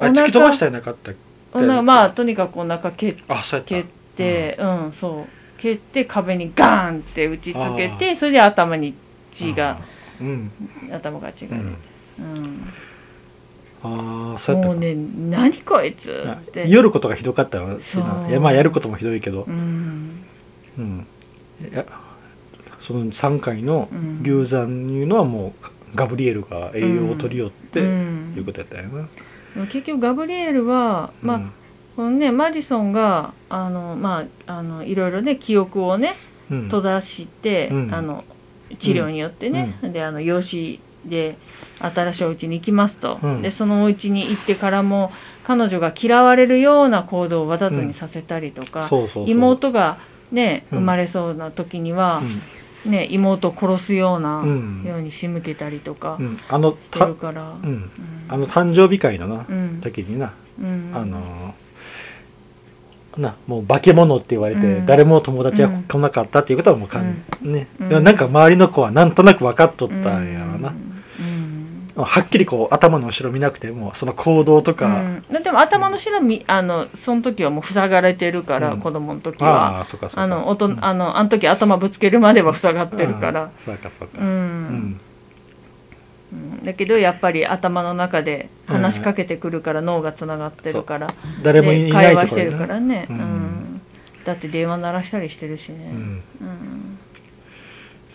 [SPEAKER 2] う
[SPEAKER 1] あ突き飛ばしたんやなかったっけ
[SPEAKER 2] お腹まあとにかくお腹蹴っ
[SPEAKER 1] あそうや
[SPEAKER 2] 蹴っ
[SPEAKER 1] った
[SPEAKER 2] てうん、そう蹴って壁にガーンって打ちつけてそれで頭に血が、
[SPEAKER 1] うん
[SPEAKER 2] 頭が血
[SPEAKER 1] う
[SPEAKER 2] が出
[SPEAKER 1] ん、
[SPEAKER 2] てうん
[SPEAKER 1] ああそうやった
[SPEAKER 2] も
[SPEAKER 1] か
[SPEAKER 2] うね何こいつって
[SPEAKER 1] 夜ことがひどかったよしな
[SPEAKER 2] そう
[SPEAKER 1] いやまあやることもひどいけど
[SPEAKER 2] う、ん
[SPEAKER 1] うん、いやその3回の
[SPEAKER 2] うん
[SPEAKER 1] 流産いうのはもうガブリエルが栄養を取り寄って、
[SPEAKER 2] うん
[SPEAKER 1] いうことやったよな、
[SPEAKER 2] でも結局ガブリエルは、まあこのね、マジソンがあの、まあ、あのいろいろね記憶をね
[SPEAKER 1] うん、うん
[SPEAKER 2] 閉ざして、
[SPEAKER 1] うん
[SPEAKER 2] あの治療によってね、であの養子で新しいお家に行きますと、
[SPEAKER 1] うん
[SPEAKER 2] でそのお家に行ってからも彼女が嫌われるような行動をわざとにさせたりとか、
[SPEAKER 1] そうそうそう、
[SPEAKER 2] 妹がね
[SPEAKER 1] うん
[SPEAKER 2] 生まれそうな時には
[SPEAKER 1] う、ん
[SPEAKER 2] ね、妹を殺すような、
[SPEAKER 1] うん
[SPEAKER 2] ように仕向けたりとか
[SPEAKER 1] うんあの
[SPEAKER 2] して
[SPEAKER 1] た
[SPEAKER 2] るから。
[SPEAKER 1] うん
[SPEAKER 2] うん
[SPEAKER 1] あの誕生日会のな
[SPEAKER 2] うん
[SPEAKER 1] 時にな、
[SPEAKER 2] うん
[SPEAKER 1] あのーなもう化け物って言われて、
[SPEAKER 2] うん
[SPEAKER 1] 誰も友達が
[SPEAKER 2] うん
[SPEAKER 1] 来なかったっていうことはもうかん、ね、
[SPEAKER 2] うん
[SPEAKER 1] でもなんか周りの子はなんとなく分かっとったんやろな、
[SPEAKER 2] うん
[SPEAKER 1] はっきりこう頭の後ろ見なくてもその行動と
[SPEAKER 2] う
[SPEAKER 1] か、
[SPEAKER 2] んうんでも頭の白みあのその時はもう塞がれてるから、
[SPEAKER 1] うん
[SPEAKER 2] 子供の時は
[SPEAKER 1] ああそうかそうか
[SPEAKER 2] あのおと
[SPEAKER 1] うん
[SPEAKER 2] あのあの時頭ぶつけるまでは塞がってるから、
[SPEAKER 1] あーそうかそう
[SPEAKER 2] う
[SPEAKER 1] かうん
[SPEAKER 2] うんだけどやっぱり頭の中で話しかけてくるから、脳がつながってるから、
[SPEAKER 1] 誰も
[SPEAKER 2] で
[SPEAKER 1] いな
[SPEAKER 2] 会
[SPEAKER 1] いと
[SPEAKER 2] 話し
[SPEAKER 1] こ
[SPEAKER 2] て
[SPEAKER 1] ろ
[SPEAKER 2] る
[SPEAKER 1] に
[SPEAKER 2] か
[SPEAKER 1] な
[SPEAKER 2] らね、う
[SPEAKER 1] うんん
[SPEAKER 2] だって電話鳴らしたりしてるしね
[SPEAKER 1] う、ん
[SPEAKER 2] うん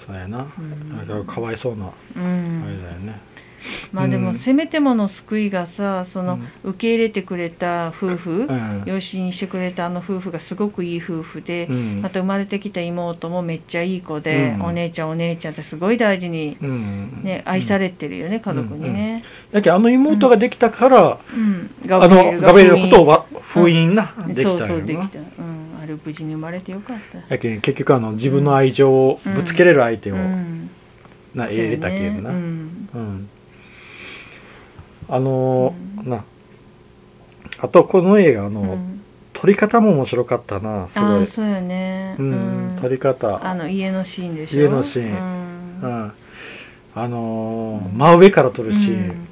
[SPEAKER 1] そうやな
[SPEAKER 2] う
[SPEAKER 1] なん
[SPEAKER 2] ん
[SPEAKER 1] かかわいそうな
[SPEAKER 2] う
[SPEAKER 1] あれ
[SPEAKER 2] ん
[SPEAKER 1] だよね
[SPEAKER 2] まあでも
[SPEAKER 1] うん
[SPEAKER 2] せめてもの救いがさその受け入れてくれた夫婦、
[SPEAKER 1] うん
[SPEAKER 2] 養子にしてくれたあの夫婦がすごくいい夫婦で、
[SPEAKER 1] うん
[SPEAKER 2] また生まれてきた妹もめっちゃいい子で、
[SPEAKER 1] うん
[SPEAKER 2] お姉ちゃんお姉ちゃんってすごい大事に、
[SPEAKER 1] うん
[SPEAKER 2] ね愛されてるよね家族にね、
[SPEAKER 1] だけどあの妹ができたから、
[SPEAKER 2] うんガ
[SPEAKER 1] あ
[SPEAKER 2] ブリエ
[SPEAKER 1] の
[SPEAKER 2] ル
[SPEAKER 1] ガブリエルのことを
[SPEAKER 2] を
[SPEAKER 1] わ封印な、できた
[SPEAKER 2] そ
[SPEAKER 1] んや
[SPEAKER 2] うそうでき
[SPEAKER 1] な
[SPEAKER 2] た、うん、あれ無事に生まれてよかった
[SPEAKER 1] やけん結局あの自分の愛情をぶつけれる相手を、
[SPEAKER 2] うん
[SPEAKER 1] な入れたけどな、
[SPEAKER 2] そうねうん
[SPEAKER 1] うんあのー
[SPEAKER 2] うん
[SPEAKER 1] なあとこの映画の、
[SPEAKER 2] うん
[SPEAKER 1] 撮り方も面白かったなす
[SPEAKER 2] あ
[SPEAKER 1] ご
[SPEAKER 2] あ
[SPEAKER 1] い
[SPEAKER 2] そうよね、
[SPEAKER 1] うん、撮り
[SPEAKER 2] あ
[SPEAKER 1] 方
[SPEAKER 2] の家のシーンでしょ
[SPEAKER 1] 家のシーン
[SPEAKER 2] ン
[SPEAKER 1] うんあのー真上から撮るシーン、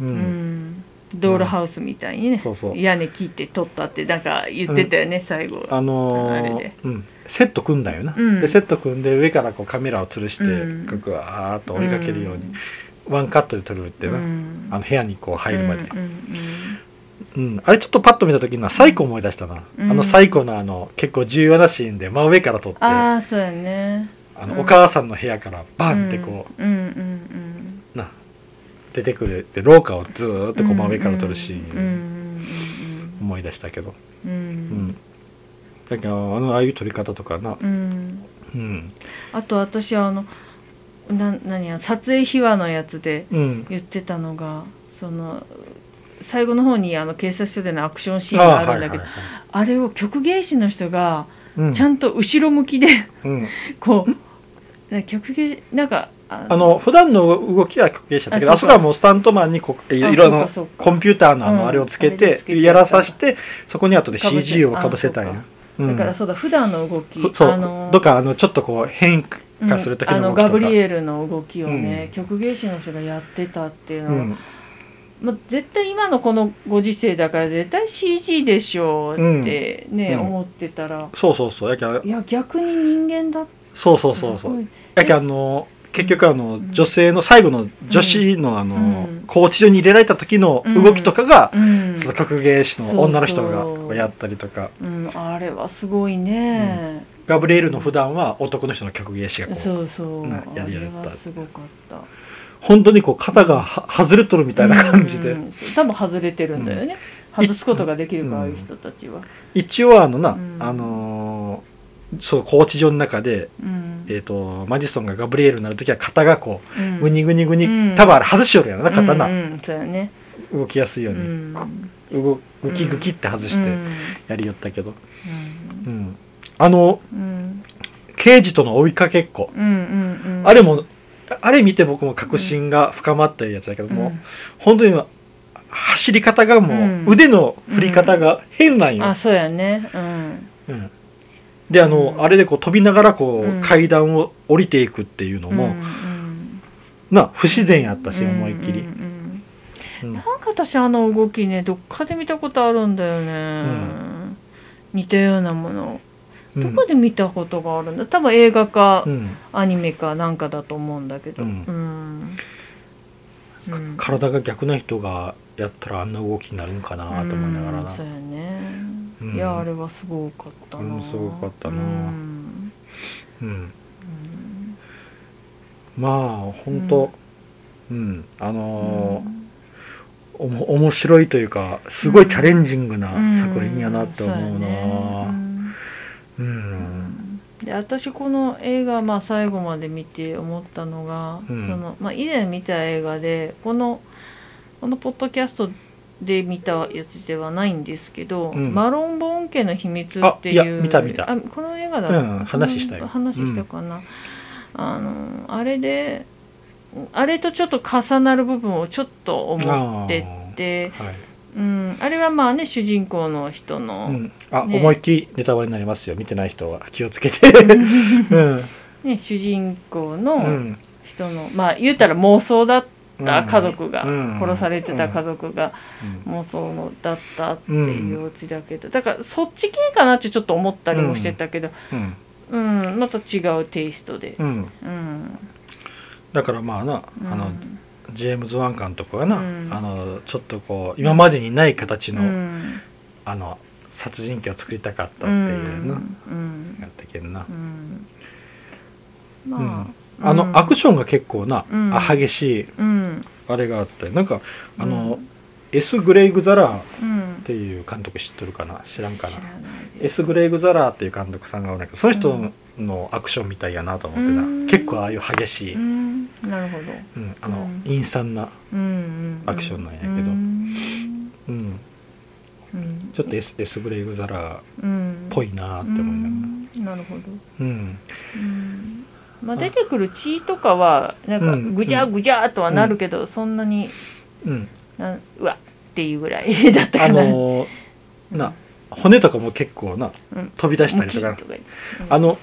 [SPEAKER 1] うん
[SPEAKER 2] うんドールハウスみたいにね、
[SPEAKER 1] そうそう
[SPEAKER 2] 屋根切って取ったってなんか言ってたよね、最後
[SPEAKER 1] あのー
[SPEAKER 2] あれで
[SPEAKER 1] うん、セット組んだよな、
[SPEAKER 2] うん
[SPEAKER 1] でセット組んで上からこうカメラを吊るして、
[SPEAKER 2] うん
[SPEAKER 1] こうぐわーっと追いかけるように、ワンカットで撮るってな、
[SPEAKER 2] うん
[SPEAKER 1] あの部屋にこう入るまで、
[SPEAKER 2] うん
[SPEAKER 1] うんあれちょっとパッと見た時にな最古思い出したな、
[SPEAKER 2] うん
[SPEAKER 1] あの最古のあの結構重要なシーンで真上から撮ってあ
[SPEAKER 2] ああそうやねう
[SPEAKER 1] の
[SPEAKER 2] ん
[SPEAKER 1] お母さんの部屋からバンってこう、
[SPEAKER 2] うんうんうん
[SPEAKER 1] な出てくるって廊下をずーっとこう真上から撮るシーン、
[SPEAKER 2] うん
[SPEAKER 1] 思い出したけど、
[SPEAKER 2] うんうんうん
[SPEAKER 1] うんだけどあのああいう撮り方とかな
[SPEAKER 2] うん
[SPEAKER 1] うん
[SPEAKER 2] あと私あのな何や撮影秘話のやつで
[SPEAKER 1] うん
[SPEAKER 2] 言ってたのがその最後の方にあの警察署でのアクションシーンがあるんだけどあ,、れを曲芸師の人がちゃ
[SPEAKER 1] ん
[SPEAKER 2] んと後ろ向きで
[SPEAKER 1] うん、
[SPEAKER 2] こうなんか曲芸なんかあ
[SPEAKER 1] あの普段の動きは曲芸者だけどあ
[SPEAKER 2] あ
[SPEAKER 1] そ
[SPEAKER 2] そうそう
[SPEAKER 1] こはもうスタントマンにこうい
[SPEAKER 2] あ
[SPEAKER 1] いろい
[SPEAKER 2] そう
[SPEAKER 1] ろ
[SPEAKER 2] かそうか
[SPEAKER 1] コンピューターのあの
[SPEAKER 2] うん
[SPEAKER 1] あれをつけ
[SPEAKER 2] あれ
[SPEAKER 1] て
[SPEAKER 2] でつけて
[SPEAKER 1] やらさしてそこに後で
[SPEAKER 2] かぶせ
[SPEAKER 1] CG をかぶせたん
[SPEAKER 2] あそ
[SPEAKER 1] や
[SPEAKER 2] う
[SPEAKER 1] うん
[SPEAKER 2] だからそうだ普段の動き、
[SPEAKER 1] そう
[SPEAKER 2] あの
[SPEAKER 1] どっかあのちょっとこう変化する時
[SPEAKER 2] うんあ
[SPEAKER 1] の動
[SPEAKER 2] の
[SPEAKER 1] きとか
[SPEAKER 2] ガブリエルの動きをね、
[SPEAKER 1] うん
[SPEAKER 2] 曲芸師の人がやってたっていう
[SPEAKER 1] う
[SPEAKER 2] のは、
[SPEAKER 1] ん
[SPEAKER 2] まあ、絶対今のこのご時世だから絶対 CG でしょうってね、
[SPEAKER 1] うん
[SPEAKER 2] 思ってたら
[SPEAKER 1] そうそうそうやけど
[SPEAKER 2] いや逆に人間だって
[SPEAKER 1] そうそうそうそう
[SPEAKER 2] す
[SPEAKER 1] やけあの結局あの
[SPEAKER 2] ん
[SPEAKER 1] 女性の最後の女子のあの
[SPEAKER 2] うん
[SPEAKER 1] 拘置所に入れられた時の動きとかが
[SPEAKER 2] ごいうん
[SPEAKER 1] その格芸師の女の人が
[SPEAKER 2] そうそう
[SPEAKER 1] やったりとか
[SPEAKER 2] うん、あれはすごいね、
[SPEAKER 1] ガブリエルの普段は男の人の曲芸師がこう
[SPEAKER 2] そうそう、
[SPEAKER 1] なや
[SPEAKER 2] あ
[SPEAKER 1] りや
[SPEAKER 2] れ
[SPEAKER 1] った
[SPEAKER 2] はすごかった
[SPEAKER 1] 本当にこう肩がは外れとるみたいな感じ
[SPEAKER 2] う
[SPEAKER 1] で
[SPEAKER 2] んそう多分外れてるんだよね、
[SPEAKER 1] うん
[SPEAKER 2] 外すことができるから、
[SPEAKER 1] うん
[SPEAKER 2] ああいう人たちは、
[SPEAKER 1] 一応あのな
[SPEAKER 2] うん
[SPEAKER 1] あのーそう拘置所の中で
[SPEAKER 2] うん
[SPEAKER 1] えーとマディソンがガブリエルになる時は肩がこ
[SPEAKER 2] う
[SPEAKER 1] うんグニグニグニ
[SPEAKER 2] うん
[SPEAKER 1] 多分あれ外しよるやろな肩
[SPEAKER 2] う
[SPEAKER 1] なん
[SPEAKER 2] うんそうやね、
[SPEAKER 1] 動きやすいよ
[SPEAKER 2] う
[SPEAKER 1] うに
[SPEAKER 2] ん、
[SPEAKER 1] 動グキグキって外して
[SPEAKER 2] うん
[SPEAKER 1] やりよったけど
[SPEAKER 2] う
[SPEAKER 1] うんんあの
[SPEAKER 2] うん
[SPEAKER 1] 刑事との追いかけっこ
[SPEAKER 2] うんうんうん
[SPEAKER 1] あれもあれ見て僕も確信が深まったやつだけども、本当に走り方がもう、
[SPEAKER 2] うん
[SPEAKER 1] 腕の振り方が変なん
[SPEAKER 2] うん
[SPEAKER 1] よ
[SPEAKER 2] あ、そうやねうん
[SPEAKER 1] うんであの、
[SPEAKER 2] うん
[SPEAKER 1] あれでこう飛びながらこう、
[SPEAKER 2] うん
[SPEAKER 1] 階段を降りていくっていうのも、
[SPEAKER 2] うん
[SPEAKER 1] な不自然やったし、
[SPEAKER 2] うん
[SPEAKER 1] 思いっきり
[SPEAKER 2] うん、うん
[SPEAKER 1] う
[SPEAKER 2] うんんなんか私あの動きねどっかで見たことあるんだよね、
[SPEAKER 1] ん
[SPEAKER 2] 似たようなもの
[SPEAKER 1] うん
[SPEAKER 2] どこで見たことがあるんだ多分映画か
[SPEAKER 1] うん
[SPEAKER 2] アニメかなんかだと思うんだけど
[SPEAKER 1] う
[SPEAKER 2] うんん、うん
[SPEAKER 1] 体が逆な人がやったらあんな動きになるんかなと思いながら
[SPEAKER 2] うん
[SPEAKER 1] な
[SPEAKER 2] そうやね、
[SPEAKER 1] うん
[SPEAKER 2] いやあれはすごかったな、
[SPEAKER 1] うんすごかったな
[SPEAKER 2] うん
[SPEAKER 1] うん
[SPEAKER 2] うん
[SPEAKER 1] まあ本当うん、あのーおも面白いというかすごいチャレンジングな作品やなって思うな
[SPEAKER 2] うん
[SPEAKER 1] うん、
[SPEAKER 2] そうやねうんで私この映画、まあ、最後まで見て思ったのが、
[SPEAKER 1] うん
[SPEAKER 2] そのまあ、以前見た映画でこのこのポッドキャストで見たやつではないんですけど「
[SPEAKER 1] うん
[SPEAKER 2] マロン・ボーン家の秘密」
[SPEAKER 1] あ
[SPEAKER 2] っていう
[SPEAKER 1] いや見た見た
[SPEAKER 2] あこの映画だ、
[SPEAKER 1] うん話したよ
[SPEAKER 2] 話したかな、あのあれであれとちょっと重なる部分をちょっと思ってて
[SPEAKER 1] あーはい
[SPEAKER 2] うん、あれはまあね主人公の人
[SPEAKER 1] う
[SPEAKER 2] の、
[SPEAKER 1] ん、あ、
[SPEAKER 2] ね
[SPEAKER 1] 思いっきりネタバレになりますよ見てない人は気をつけ てうん、
[SPEAKER 2] ね、主人公
[SPEAKER 1] う
[SPEAKER 2] の
[SPEAKER 1] ん
[SPEAKER 2] 人の、まあ言うたら妄想だった家族が、
[SPEAKER 1] うん
[SPEAKER 2] 殺されてた家族が
[SPEAKER 1] うん
[SPEAKER 2] 妄想のだったっていうお家だけど、だからそっち系かなってちょっと思ったりもしてたけど、
[SPEAKER 1] うん
[SPEAKER 2] うんまた違うテイストで。
[SPEAKER 1] うん
[SPEAKER 2] うん
[SPEAKER 1] だからまあな、あ
[SPEAKER 2] う
[SPEAKER 1] の
[SPEAKER 2] ん
[SPEAKER 1] ジェームズ・ワン監督はな、
[SPEAKER 2] うん
[SPEAKER 1] あのちょっとこう今までにない形の,、
[SPEAKER 2] うん
[SPEAKER 1] あの殺人鬼を作りたかったっていうな、
[SPEAKER 2] うん
[SPEAKER 1] やったけどな
[SPEAKER 2] う、んまあ、
[SPEAKER 1] あの、アク
[SPEAKER 2] シ
[SPEAKER 1] ションが結構な、
[SPEAKER 2] うん
[SPEAKER 1] あ激しい
[SPEAKER 2] ョン、うん
[SPEAKER 1] あれがあったりなんかあの、
[SPEAKER 2] う
[SPEAKER 1] S ・グレイグ・ザラーっ
[SPEAKER 2] うん、
[SPEAKER 1] ていう監督知っとるかな知らんかな
[SPEAKER 2] 知らないです
[SPEAKER 1] S ・グレイグ・ザラーっていう監督さんがおるんやけどその人のアクションみたいやなと思ってな、
[SPEAKER 2] うん
[SPEAKER 1] 結構ああいう激しい、
[SPEAKER 2] う
[SPEAKER 1] うん
[SPEAKER 2] ん、なるほど、
[SPEAKER 1] あの、
[SPEAKER 2] うん
[SPEAKER 1] 陰惨な、
[SPEAKER 2] うんうんうん
[SPEAKER 1] アクションなんやけど
[SPEAKER 2] うん
[SPEAKER 1] うん、
[SPEAKER 2] うん
[SPEAKER 1] ちょっと S, S グレイグ・ザラーっ
[SPEAKER 2] うん
[SPEAKER 1] ぽいなって思いながら
[SPEAKER 2] うんなるほど、
[SPEAKER 1] うん、
[SPEAKER 2] うんまあ、
[SPEAKER 1] あ
[SPEAKER 2] 出てくる血とかはなんか
[SPEAKER 1] うん
[SPEAKER 2] ぐじゃぐじゃとはなるけど、そんなに
[SPEAKER 1] うん、
[SPEAKER 2] なんうわっていうぐらい だった
[SPEAKER 1] あ
[SPEAKER 2] かな、
[SPEAKER 1] のー
[SPEAKER 2] うん
[SPEAKER 1] な骨とかも結構な
[SPEAKER 2] うん
[SPEAKER 1] 飛び出したりと
[SPEAKER 2] ム
[SPEAKER 1] か
[SPEAKER 2] キッ言って
[SPEAKER 1] あの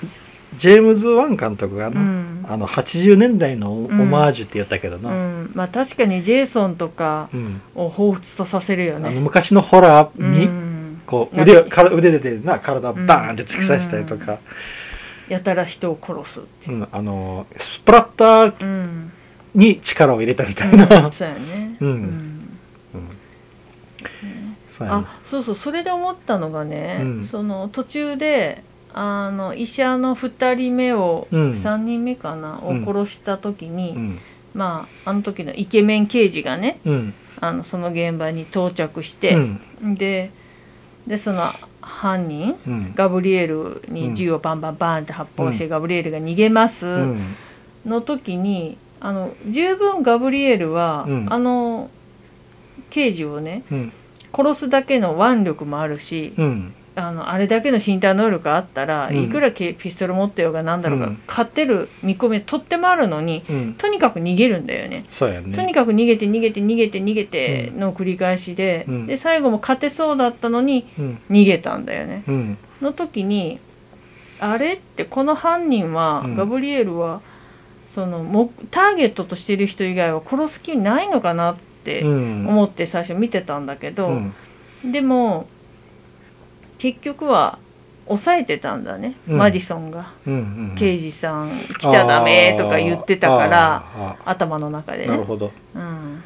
[SPEAKER 1] ジェームズ・ワン監督が
[SPEAKER 2] う
[SPEAKER 1] な、
[SPEAKER 2] ん
[SPEAKER 1] あの80年代のオマージュって言ったけど
[SPEAKER 2] う
[SPEAKER 1] な、
[SPEAKER 2] んまあ、確かにジェイソンとか
[SPEAKER 1] うん
[SPEAKER 2] を彷彿とさせるよ
[SPEAKER 1] あの
[SPEAKER 2] ね、
[SPEAKER 1] 昔のホラー
[SPEAKER 2] う
[SPEAKER 1] に、
[SPEAKER 2] ん、
[SPEAKER 1] こう
[SPEAKER 2] なん
[SPEAKER 1] 腕
[SPEAKER 2] か
[SPEAKER 1] をから腕でな体バーンって突き刺したりとか、
[SPEAKER 2] やたら人を殺すって
[SPEAKER 1] う
[SPEAKER 2] い
[SPEAKER 1] ん
[SPEAKER 2] う、
[SPEAKER 1] あのスプラッター
[SPEAKER 2] うんうん
[SPEAKER 1] に力を入れたみたいな、
[SPEAKER 2] そうやね、
[SPEAKER 1] うん
[SPEAKER 2] うん
[SPEAKER 1] うんそうやね
[SPEAKER 2] あそうそうそれで思ったのがね、
[SPEAKER 1] うん
[SPEAKER 2] その途中であの医者の2人目を、
[SPEAKER 1] うん
[SPEAKER 2] 3人目かな
[SPEAKER 1] う
[SPEAKER 2] を
[SPEAKER 1] ん
[SPEAKER 2] 殺した時に、
[SPEAKER 1] うん
[SPEAKER 2] まああの時のイケメン刑事がね
[SPEAKER 1] うん
[SPEAKER 2] あのその現場に到着し
[SPEAKER 1] う
[SPEAKER 2] て、
[SPEAKER 1] ん
[SPEAKER 2] ででその犯人
[SPEAKER 1] うん
[SPEAKER 2] ガブリエルに銃をバンバンバンって発砲して、ガブリエルが逃げます、
[SPEAKER 1] うん
[SPEAKER 2] の時にあの十分ガブリエルは、
[SPEAKER 1] うん
[SPEAKER 2] あの刑事をね
[SPEAKER 1] うん
[SPEAKER 2] 殺すだけの腕力もあるし、
[SPEAKER 1] うん
[SPEAKER 2] あのあれだけの身体能力があったら、
[SPEAKER 1] うん
[SPEAKER 2] いくらけピストル持ってようがなんだろうが、
[SPEAKER 1] うん
[SPEAKER 2] 勝てる見込みとってもあるのに
[SPEAKER 1] うん
[SPEAKER 2] とにかく逃げるんだよね。
[SPEAKER 1] そうやね
[SPEAKER 2] とにかく逃げて逃げて逃げて逃げて
[SPEAKER 1] うん
[SPEAKER 2] の繰り返しで、
[SPEAKER 1] うん
[SPEAKER 2] で最後も勝てそうだったのに
[SPEAKER 1] うん
[SPEAKER 2] 逃げたんだよね。
[SPEAKER 1] うん
[SPEAKER 2] の時にあれってこの犯人は、
[SPEAKER 1] うん
[SPEAKER 2] ガブリエルはそのもターゲットとしてる人以外は殺す気ないのかなって
[SPEAKER 1] ん
[SPEAKER 2] 思って最初見てたんだけど、
[SPEAKER 1] うん
[SPEAKER 2] でも結局は抑えてたんだね、
[SPEAKER 1] うん
[SPEAKER 2] マディソンが
[SPEAKER 1] うんうん
[SPEAKER 2] 刑事さん来ちゃダメとか言ってたから
[SPEAKER 1] あーあ
[SPEAKER 2] 頭の中で
[SPEAKER 1] ーなる
[SPEAKER 2] ね。
[SPEAKER 1] ほど
[SPEAKER 2] うん、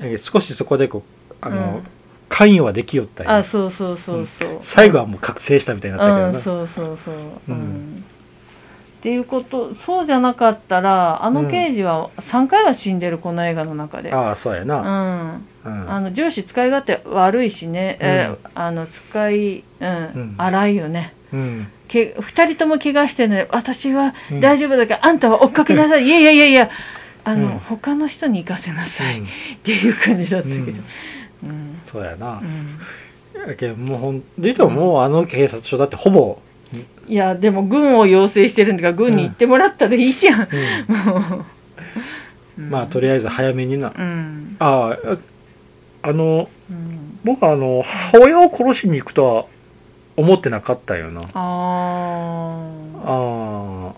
[SPEAKER 1] えー少しそこでこうあの、
[SPEAKER 2] うん
[SPEAKER 1] 関与はできよったんや
[SPEAKER 2] あそうそうそうそう、
[SPEAKER 1] 最後はもう覚醒したみたいになったけどな
[SPEAKER 2] うん、そうそうそう、
[SPEAKER 1] う
[SPEAKER 2] うんんっていうことそうじゃなかったらあの刑事は3回は死んでるこの映画の中で、うん
[SPEAKER 1] ああそうやな、うん
[SPEAKER 2] あの上司使い勝手悪いしね、え
[SPEAKER 1] うん
[SPEAKER 2] あの使い、うん
[SPEAKER 1] ん
[SPEAKER 2] 荒いよね
[SPEAKER 1] うん
[SPEAKER 2] け2人とも怪我してね私は
[SPEAKER 1] うん
[SPEAKER 2] 大丈夫だから、あんたは追っかけなさい、いやいやいやいやあの、
[SPEAKER 1] うん
[SPEAKER 2] 他の人に行かせなさい、
[SPEAKER 1] う
[SPEAKER 2] っ
[SPEAKER 1] ん
[SPEAKER 2] ていう感 じだった
[SPEAKER 1] う
[SPEAKER 2] けど、
[SPEAKER 1] ん
[SPEAKER 2] うん
[SPEAKER 1] そうやな
[SPEAKER 2] う、ん
[SPEAKER 1] やけんもうほんでももうあの警察署だってほぼ、
[SPEAKER 2] いやでも軍を要請してるんだから軍に行ってもらったらいいじゃん、
[SPEAKER 1] うん
[SPEAKER 2] も う
[SPEAKER 1] まあとりあえず早めにな
[SPEAKER 2] えずうん
[SPEAKER 1] あーああの
[SPEAKER 2] うん
[SPEAKER 1] 僕はあの母親を殺しに行くとは思ってなかったよなあ
[SPEAKER 2] あ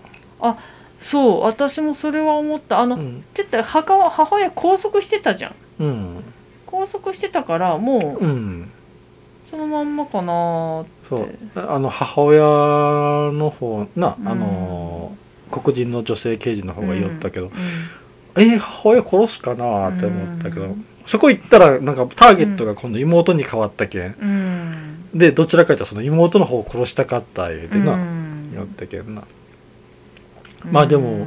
[SPEAKER 2] あ
[SPEAKER 1] あ
[SPEAKER 2] そう私もそれは思ったあの、
[SPEAKER 1] う
[SPEAKER 2] っ
[SPEAKER 1] ん
[SPEAKER 2] て言ったら母は母親拘束してたじゃん
[SPEAKER 1] うん
[SPEAKER 2] 拘束してたからも
[SPEAKER 1] う
[SPEAKER 2] うんそのまんまかなーって
[SPEAKER 1] そうあの母親の方なあの、黒人の女性刑事の方が言おったけど、えー母親殺すかなって思ったけど、
[SPEAKER 2] うん
[SPEAKER 1] そこ行ったらなんかターゲットが今度妹に変わったけん、
[SPEAKER 2] うん、うん
[SPEAKER 1] でどちらかというとその妹の方を殺したかった言うてな、
[SPEAKER 2] うん
[SPEAKER 1] やったけんなまあでも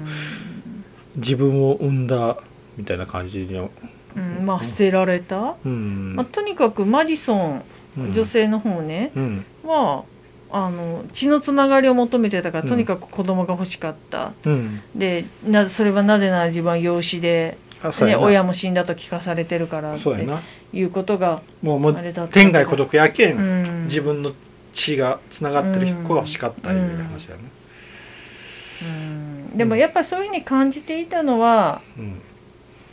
[SPEAKER 1] 自分を産んだみたいな感じには
[SPEAKER 2] うん、うんまあ捨てられた、
[SPEAKER 1] うん、
[SPEAKER 2] まあ、とにかくマディソン
[SPEAKER 1] うん
[SPEAKER 2] 女性の方ね、
[SPEAKER 1] うん
[SPEAKER 2] はあの血のつながりを求めてたか
[SPEAKER 1] うん
[SPEAKER 2] らとにかく子供が欲しかった、
[SPEAKER 1] うん
[SPEAKER 2] でなそれはなぜなら自分は養子で、
[SPEAKER 1] あそう
[SPEAKER 2] ね、
[SPEAKER 1] やな、
[SPEAKER 2] 親も死んだと聞かされてるからっ
[SPEAKER 1] そうや
[SPEAKER 2] て
[SPEAKER 1] な
[SPEAKER 2] いうことが
[SPEAKER 1] もうも
[SPEAKER 2] あ
[SPEAKER 1] う
[SPEAKER 2] れだった
[SPEAKER 1] 天涯孤独やけん、
[SPEAKER 2] うん
[SPEAKER 1] 自分の血がつながってる子が欲しかったいう話やね、
[SPEAKER 2] うんでもやっぱりそういうふうに感じていたのは
[SPEAKER 1] うん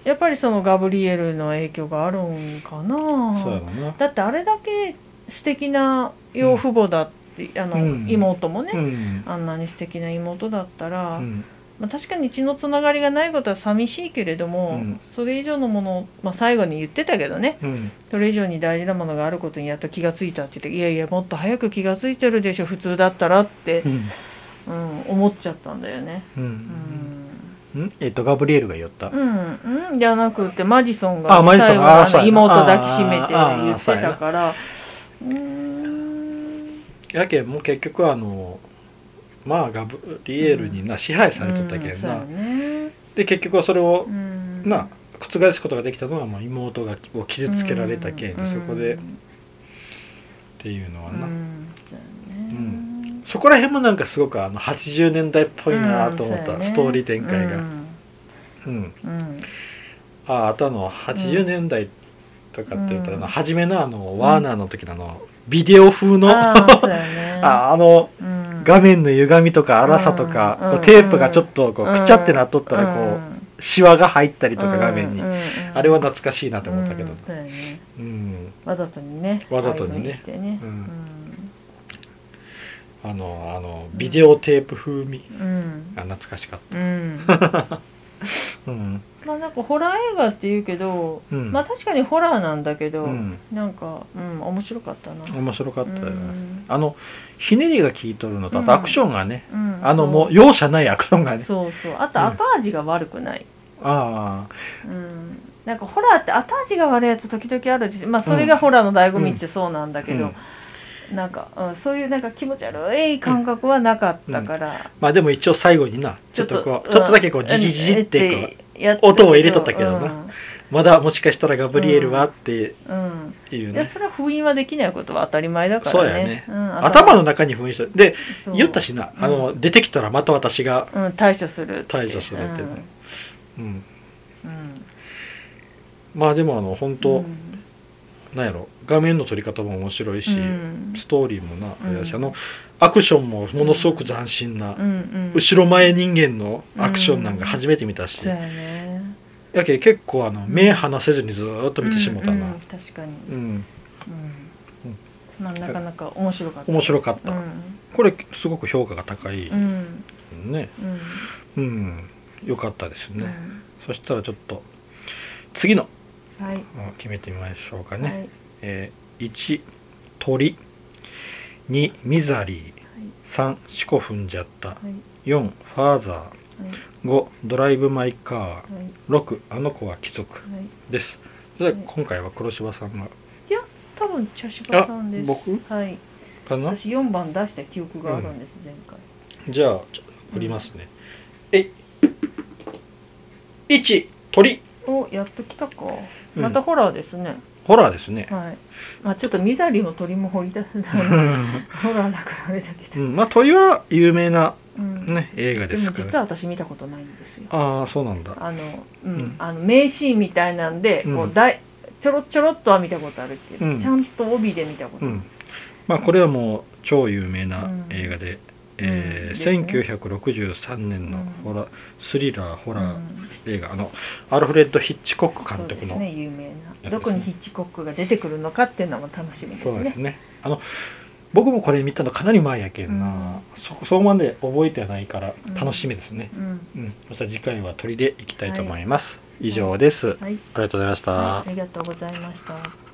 [SPEAKER 2] やっぱりそのガブリエルの影響があるんか
[SPEAKER 1] そうや
[SPEAKER 2] な
[SPEAKER 1] ろな
[SPEAKER 2] だってあれだけ素敵な養父母だって、あの
[SPEAKER 1] うん
[SPEAKER 2] 妹もね、
[SPEAKER 1] うん
[SPEAKER 2] あんなに素敵な妹だったら、
[SPEAKER 1] うん
[SPEAKER 2] まあ、確かに血のつながりがないことは寂しいけれど
[SPEAKER 1] う
[SPEAKER 2] も、
[SPEAKER 1] ん
[SPEAKER 2] それ以上のものを、まあ、最後に言ってたけどね
[SPEAKER 1] うん
[SPEAKER 2] それ以上に大事なものがあることにやっと気がついたって言って「いやいやもっと早く気がついてるでしょ普通だったら」って
[SPEAKER 1] う、ん
[SPEAKER 2] うん、思っちゃったんだよね。
[SPEAKER 1] う
[SPEAKER 2] うんん
[SPEAKER 1] うんえっとガブリエルが言った、
[SPEAKER 2] うん、うん、じゃなくてマジソンが
[SPEAKER 1] あマジソン
[SPEAKER 2] 最後
[SPEAKER 1] あ
[SPEAKER 2] のあ
[SPEAKER 1] そうや
[SPEAKER 2] の
[SPEAKER 1] な
[SPEAKER 2] 妹抱きしめて
[SPEAKER 1] あー
[SPEAKER 2] 言ってたからうーん
[SPEAKER 1] やけんもう結局はあのまあガブリエルにな支配されとったけ
[SPEAKER 2] うん
[SPEAKER 1] ん
[SPEAKER 2] そう
[SPEAKER 1] な、
[SPEAKER 2] やね
[SPEAKER 1] で結局はそれを
[SPEAKER 2] うん
[SPEAKER 1] な覆すことができたのはまあ妹がを傷つけられた件で、そこでっ
[SPEAKER 2] うん
[SPEAKER 1] ていうのは
[SPEAKER 2] う
[SPEAKER 1] な、
[SPEAKER 2] んそうやね
[SPEAKER 1] うんそこら辺もなんかすごくあの80年代っぽいなと思った、
[SPEAKER 2] うんそうやね
[SPEAKER 1] ストーリー展開が、うん
[SPEAKER 2] うんうん
[SPEAKER 1] ああとあの80年代とかって言ったらあの、
[SPEAKER 2] うん
[SPEAKER 1] 初めのあのワーナーの時のあのビデオ風の、
[SPEAKER 2] ああそうやね
[SPEAKER 1] ああの
[SPEAKER 2] うん
[SPEAKER 1] 画面の歪みとか粗さとか、
[SPEAKER 2] うん
[SPEAKER 1] こう
[SPEAKER 2] うん
[SPEAKER 1] テープがちょっとこう、
[SPEAKER 2] うん
[SPEAKER 1] くちゃってなっとったらこう、シワが入ったりとか
[SPEAKER 2] うん
[SPEAKER 1] 画面に、
[SPEAKER 2] うんうん
[SPEAKER 1] あれは懐かしいなと思ったけど
[SPEAKER 2] うんそうやね
[SPEAKER 1] うん、
[SPEAKER 2] わざとにね
[SPEAKER 1] わざとにね
[SPEAKER 2] ああいう風してね
[SPEAKER 1] う
[SPEAKER 2] うんん
[SPEAKER 1] あのあのビデオテープ風味
[SPEAKER 2] うん
[SPEAKER 1] が懐かしかっ
[SPEAKER 2] うん
[SPEAKER 1] たうん
[SPEAKER 2] まあなんかホラー映画っていうけど
[SPEAKER 1] うん、
[SPEAKER 2] まあ確かにホラーなんだけど
[SPEAKER 1] うん、
[SPEAKER 2] なんかうん面白かったな
[SPEAKER 1] 面白かったよね、
[SPEAKER 2] うん
[SPEAKER 1] あのひねりが効いとるのとあ
[SPEAKER 2] うん
[SPEAKER 1] とアクションがね、
[SPEAKER 2] うん
[SPEAKER 1] あのもう容赦ないアクションがね
[SPEAKER 2] そうそうあと後味が悪くない
[SPEAKER 1] ああ
[SPEAKER 2] うんなんかホラーって後味が悪いやつ時々あるし、まあ、それがホラーの醍醐味っちゃそうなんだけど、なんか、うん、そういうなんか気持ち悪い感覚はなかったから、
[SPEAKER 1] まあでも一応最後になちょっとこうちょっとだけこうジジジってこ
[SPEAKER 2] やって
[SPEAKER 1] 音を入れとったけどなまだもしかしたらガブリエルは
[SPEAKER 2] うん
[SPEAKER 1] って
[SPEAKER 2] うん、うん
[SPEAKER 1] いう
[SPEAKER 2] いや
[SPEAKER 1] ね、
[SPEAKER 2] それは封印はできないことは当たり前だからね
[SPEAKER 1] そうやね
[SPEAKER 2] うん、
[SPEAKER 1] 頭の中に封印してで
[SPEAKER 2] そう
[SPEAKER 1] 言ったしな、あの出てきたらまた私が、
[SPEAKER 2] うん、対処するって
[SPEAKER 1] 対処するってねうん、
[SPEAKER 2] うんうん
[SPEAKER 1] まあでもあの本当、
[SPEAKER 2] うん
[SPEAKER 1] なんやろ画面の撮り方も面白いし、
[SPEAKER 2] うん
[SPEAKER 1] ストーリーもな、
[SPEAKER 2] うん
[SPEAKER 1] あれやしあのアクションもものすごく斬新な、
[SPEAKER 2] うんうん、
[SPEAKER 1] 後ろ前人間のアクションなんか初めて見たし、
[SPEAKER 2] そうやね
[SPEAKER 1] やけ結構あの
[SPEAKER 2] ん
[SPEAKER 1] 目離せずにずーっと見てしもた
[SPEAKER 2] うんう
[SPEAKER 1] な、
[SPEAKER 2] ん確かに、
[SPEAKER 1] うん
[SPEAKER 2] うん
[SPEAKER 1] うん
[SPEAKER 2] まあ、なかなか面白かった
[SPEAKER 1] 面白かった、
[SPEAKER 2] うん
[SPEAKER 1] これすごく評価が高い
[SPEAKER 2] うん
[SPEAKER 1] ね
[SPEAKER 2] うん
[SPEAKER 1] うん良かったです
[SPEAKER 2] う
[SPEAKER 1] ね、
[SPEAKER 2] ん
[SPEAKER 1] そしたらちょっと次の
[SPEAKER 2] はい
[SPEAKER 1] うん決めてみましょうかね、
[SPEAKER 2] はい
[SPEAKER 1] えー1鳥2ミザリー3四股踏んじゃった
[SPEAKER 2] はい
[SPEAKER 1] 4ファーザ
[SPEAKER 2] はい
[SPEAKER 1] ー5ドライブ・マイ・カ
[SPEAKER 2] はいはい
[SPEAKER 1] ー6あの子は貴族
[SPEAKER 2] はい
[SPEAKER 1] ですそれでは今回は黒柴さんが
[SPEAKER 2] 多分茶芝さんです
[SPEAKER 1] あ僕
[SPEAKER 2] はい
[SPEAKER 1] かな
[SPEAKER 2] 私4番出した記憶があるんです、前回
[SPEAKER 1] じゃあちょっと振りますね、えい1鳥
[SPEAKER 2] おやっと来たか
[SPEAKER 1] うん
[SPEAKER 2] またホラーですね、
[SPEAKER 1] ホラーですね、
[SPEAKER 2] はいまあちょっとミザリーも鳥も掘り出 せな
[SPEAKER 1] う
[SPEAKER 2] い
[SPEAKER 1] ん
[SPEAKER 2] ホラーだからあれだけ
[SPEAKER 1] う
[SPEAKER 2] ど、
[SPEAKER 1] んまあ鳥は有名な、
[SPEAKER 2] うん
[SPEAKER 1] ね、映画
[SPEAKER 2] で
[SPEAKER 1] です
[SPEAKER 2] も
[SPEAKER 1] から、
[SPEAKER 2] 実は私見たことないんですよ
[SPEAKER 1] ああそうなんだ
[SPEAKER 2] あの、うん
[SPEAKER 1] うん
[SPEAKER 2] あの名シーンみたいなんで、
[SPEAKER 1] うん
[SPEAKER 2] こうだいちょろちょろっとは見たことあるけど、
[SPEAKER 1] うん
[SPEAKER 2] ちゃんと帯で見たこと
[SPEAKER 1] う
[SPEAKER 2] ない、
[SPEAKER 1] んまあ、これはもう超有名な映画で、えー
[SPEAKER 2] うんです
[SPEAKER 1] 1963年のホラースリラーホ
[SPEAKER 2] ほ
[SPEAKER 1] ラー映画、あのアルフレッド・ヒッチコック監
[SPEAKER 2] そうで
[SPEAKER 1] 督
[SPEAKER 2] す
[SPEAKER 1] の
[SPEAKER 2] ね有名
[SPEAKER 1] ね
[SPEAKER 2] などこにヒッチコックが出てくるのかっていうのも楽しみです
[SPEAKER 1] そうですね
[SPEAKER 2] ね
[SPEAKER 1] あの僕もこれ見たのかなり前やけんな、そそうまで覚えてないから
[SPEAKER 2] うん
[SPEAKER 1] 楽しみですね、
[SPEAKER 2] うん
[SPEAKER 1] うんそしたら次回は鳥でいきたいと思います、以上です、
[SPEAKER 2] はい、
[SPEAKER 1] ありがとうございました、
[SPEAKER 2] はい、ありがとうございました